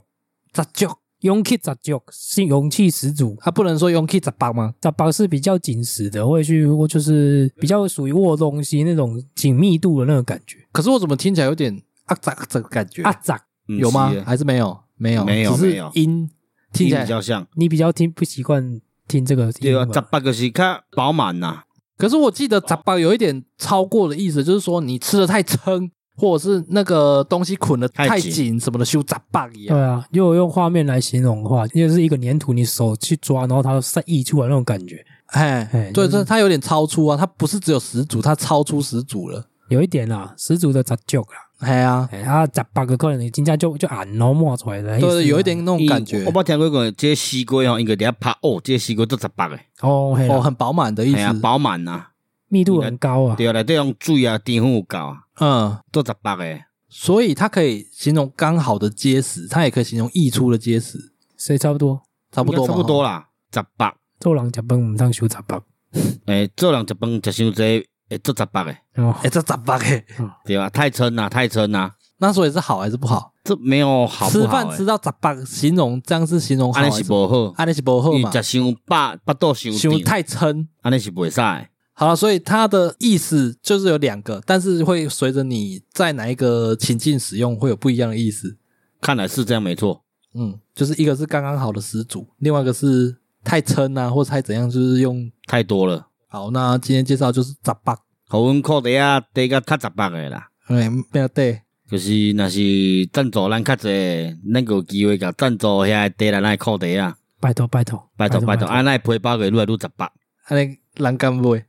Speaker 2: 杂足，勇气杂足是勇气十足。
Speaker 1: 啊它不能说 Yonki 咋办吗？
Speaker 2: 杂巴是比较紧实的，会去就是比较属于握东西那种紧密度的那种感觉。
Speaker 1: 可是我怎么听起来有点啊咋啊咋的感觉
Speaker 2: 啊，？杂
Speaker 3: 嗯
Speaker 1: 有吗
Speaker 3: 是？的
Speaker 1: 还是没有？没有，
Speaker 3: 没有
Speaker 1: 只是
Speaker 3: 没有
Speaker 1: 音听起
Speaker 3: 音比
Speaker 1: 来。
Speaker 3: 较像，
Speaker 2: 你比较听不习惯听这个
Speaker 3: 对
Speaker 2: 音
Speaker 3: 啊，
Speaker 2: 吧
Speaker 3: 十八就是较饱满呐，
Speaker 1: 可是我记得咋办有一点超过的意思，就是说你吃的太撑，或者是那个东西捆的
Speaker 3: 太
Speaker 1: 太
Speaker 3: 紧
Speaker 1: 紧什么的，修咋办一样
Speaker 2: 对。啊，如果用画面来形容的话，就是一个粘土，你手去抓，然后它散溢出来那种感觉，
Speaker 1: 哎
Speaker 2: 哎，
Speaker 1: 对，
Speaker 2: 就是
Speaker 1: 这它有点超出啊，它不是只有十组，它超出十组了。
Speaker 2: 有一点啦，十足的杂旧啦，
Speaker 1: 哎呀，
Speaker 2: 哎，啊，杂八个个人真正就就按然后冒出来的意思啊，
Speaker 1: 对，有一点那种感觉
Speaker 3: 伊我，捌听过讲，这个西瓜哦，应该底下拍哦，这个西瓜都十八个，
Speaker 2: 哦，嘿啦
Speaker 1: 哦，很饱满的意
Speaker 3: 哎呀，
Speaker 1: 思。
Speaker 3: 饱满呐，
Speaker 2: 密度很高啊，
Speaker 3: 对啊，内底用水啊，甜分有够啊，
Speaker 1: 嗯，
Speaker 3: 都十八个，
Speaker 1: 所以它可以形容刚好的结实，它也可以形容溢出的结实，
Speaker 2: 所以差不多。
Speaker 1: 差不多嘛，
Speaker 3: 应该差不多啦，十八，
Speaker 2: 做人食饭唔当修杂八，
Speaker 3: 诶，做人食饭食伤济，会做十八个，
Speaker 2: 哦
Speaker 1: 哎、，这咋办哎？
Speaker 3: 对啊，太撑啦，太撑啦，
Speaker 1: 那所以是好还是不好？
Speaker 3: 这没有好不
Speaker 1: 吃
Speaker 3: 好
Speaker 1: 饭
Speaker 3: 欸
Speaker 1: 吃，到咋办？形容这样是形容好啊
Speaker 3: 安
Speaker 1: 还
Speaker 3: 尼
Speaker 1: 是
Speaker 3: 是无好，
Speaker 1: 安尼是不好
Speaker 3: 因
Speaker 1: 嘛
Speaker 3: 为？食伤饱，腹肚伤
Speaker 1: 形
Speaker 3: 胀，
Speaker 1: 太撑。
Speaker 3: 安尼是袂使的。
Speaker 1: 好了，所以它的意思就是有两个，但是会随着你在哪一个情境使用，会有不一样的意思。
Speaker 3: 看来是这样没错。
Speaker 1: 嗯，就是一个是刚刚好的十足，另外一个是太撑啊，或者太怎样，就是用
Speaker 3: 太多了。
Speaker 1: 好。那今天介绍就是咋办？
Speaker 3: 互阮靠底啊，底个较十八个啦，
Speaker 1: 哎，没有对，
Speaker 3: 就是若是赞助咱较济，咱就有机会甲赞助遐的底来咱的靠底啊，
Speaker 2: 拜托拜托
Speaker 3: 拜托拜啊托，安尼背包个愈来愈十八。
Speaker 1: 安尼栏杆不会？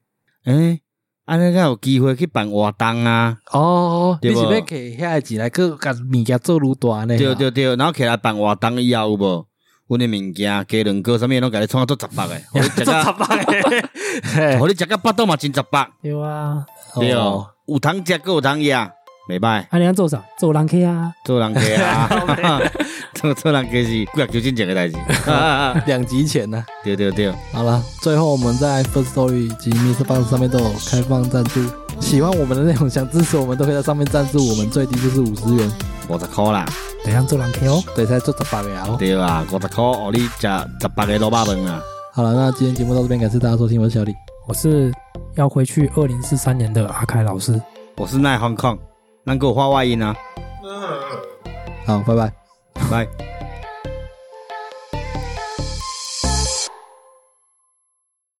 Speaker 3: 诶，安尼才有机会去办活动啊，
Speaker 1: 哦，
Speaker 3: 对
Speaker 1: 你
Speaker 3: 不
Speaker 1: 是要给遐个钱来去甲物件做愈大呢？
Speaker 3: 对对对，然后起来办活动以后有无？阮的物件鸡卵糕啥物拢甲你创啊做十八 个，互你食
Speaker 1: 这咋
Speaker 3: 个，
Speaker 1: 办欸？嘿
Speaker 3: 互你食个腹肚嘛真十八，
Speaker 2: 对啊，
Speaker 3: 对哦，有通食个有通食，袂歹，
Speaker 2: 安尼咱啊做啥？做人客啊，
Speaker 3: 做人家啊， 做做人家是几啊求真正个代志，
Speaker 1: 两集前呢、
Speaker 3: 对对对。
Speaker 1: 好了，最后我们在 First Story 以及 Mr. Box 上面都有开放赞助，喜欢我们的内容，想支持我们，都可以在上面赞助我们，最低就是五十元，
Speaker 3: 五十块啦，
Speaker 2: 怎样做人客哦？
Speaker 1: 对，才做十八个哦。
Speaker 3: 对啊，五十块哦，你食十八个萝卜饭啊，
Speaker 1: 好了，那今天节目到这边，感谢大家收听，我是小李，
Speaker 2: 我是要回去二零四三年的阿凯老师，
Speaker 3: 我是奈 Hong Kong，能给我画外音啊，
Speaker 7: 嗯。
Speaker 1: 好，拜拜。
Speaker 3: 来。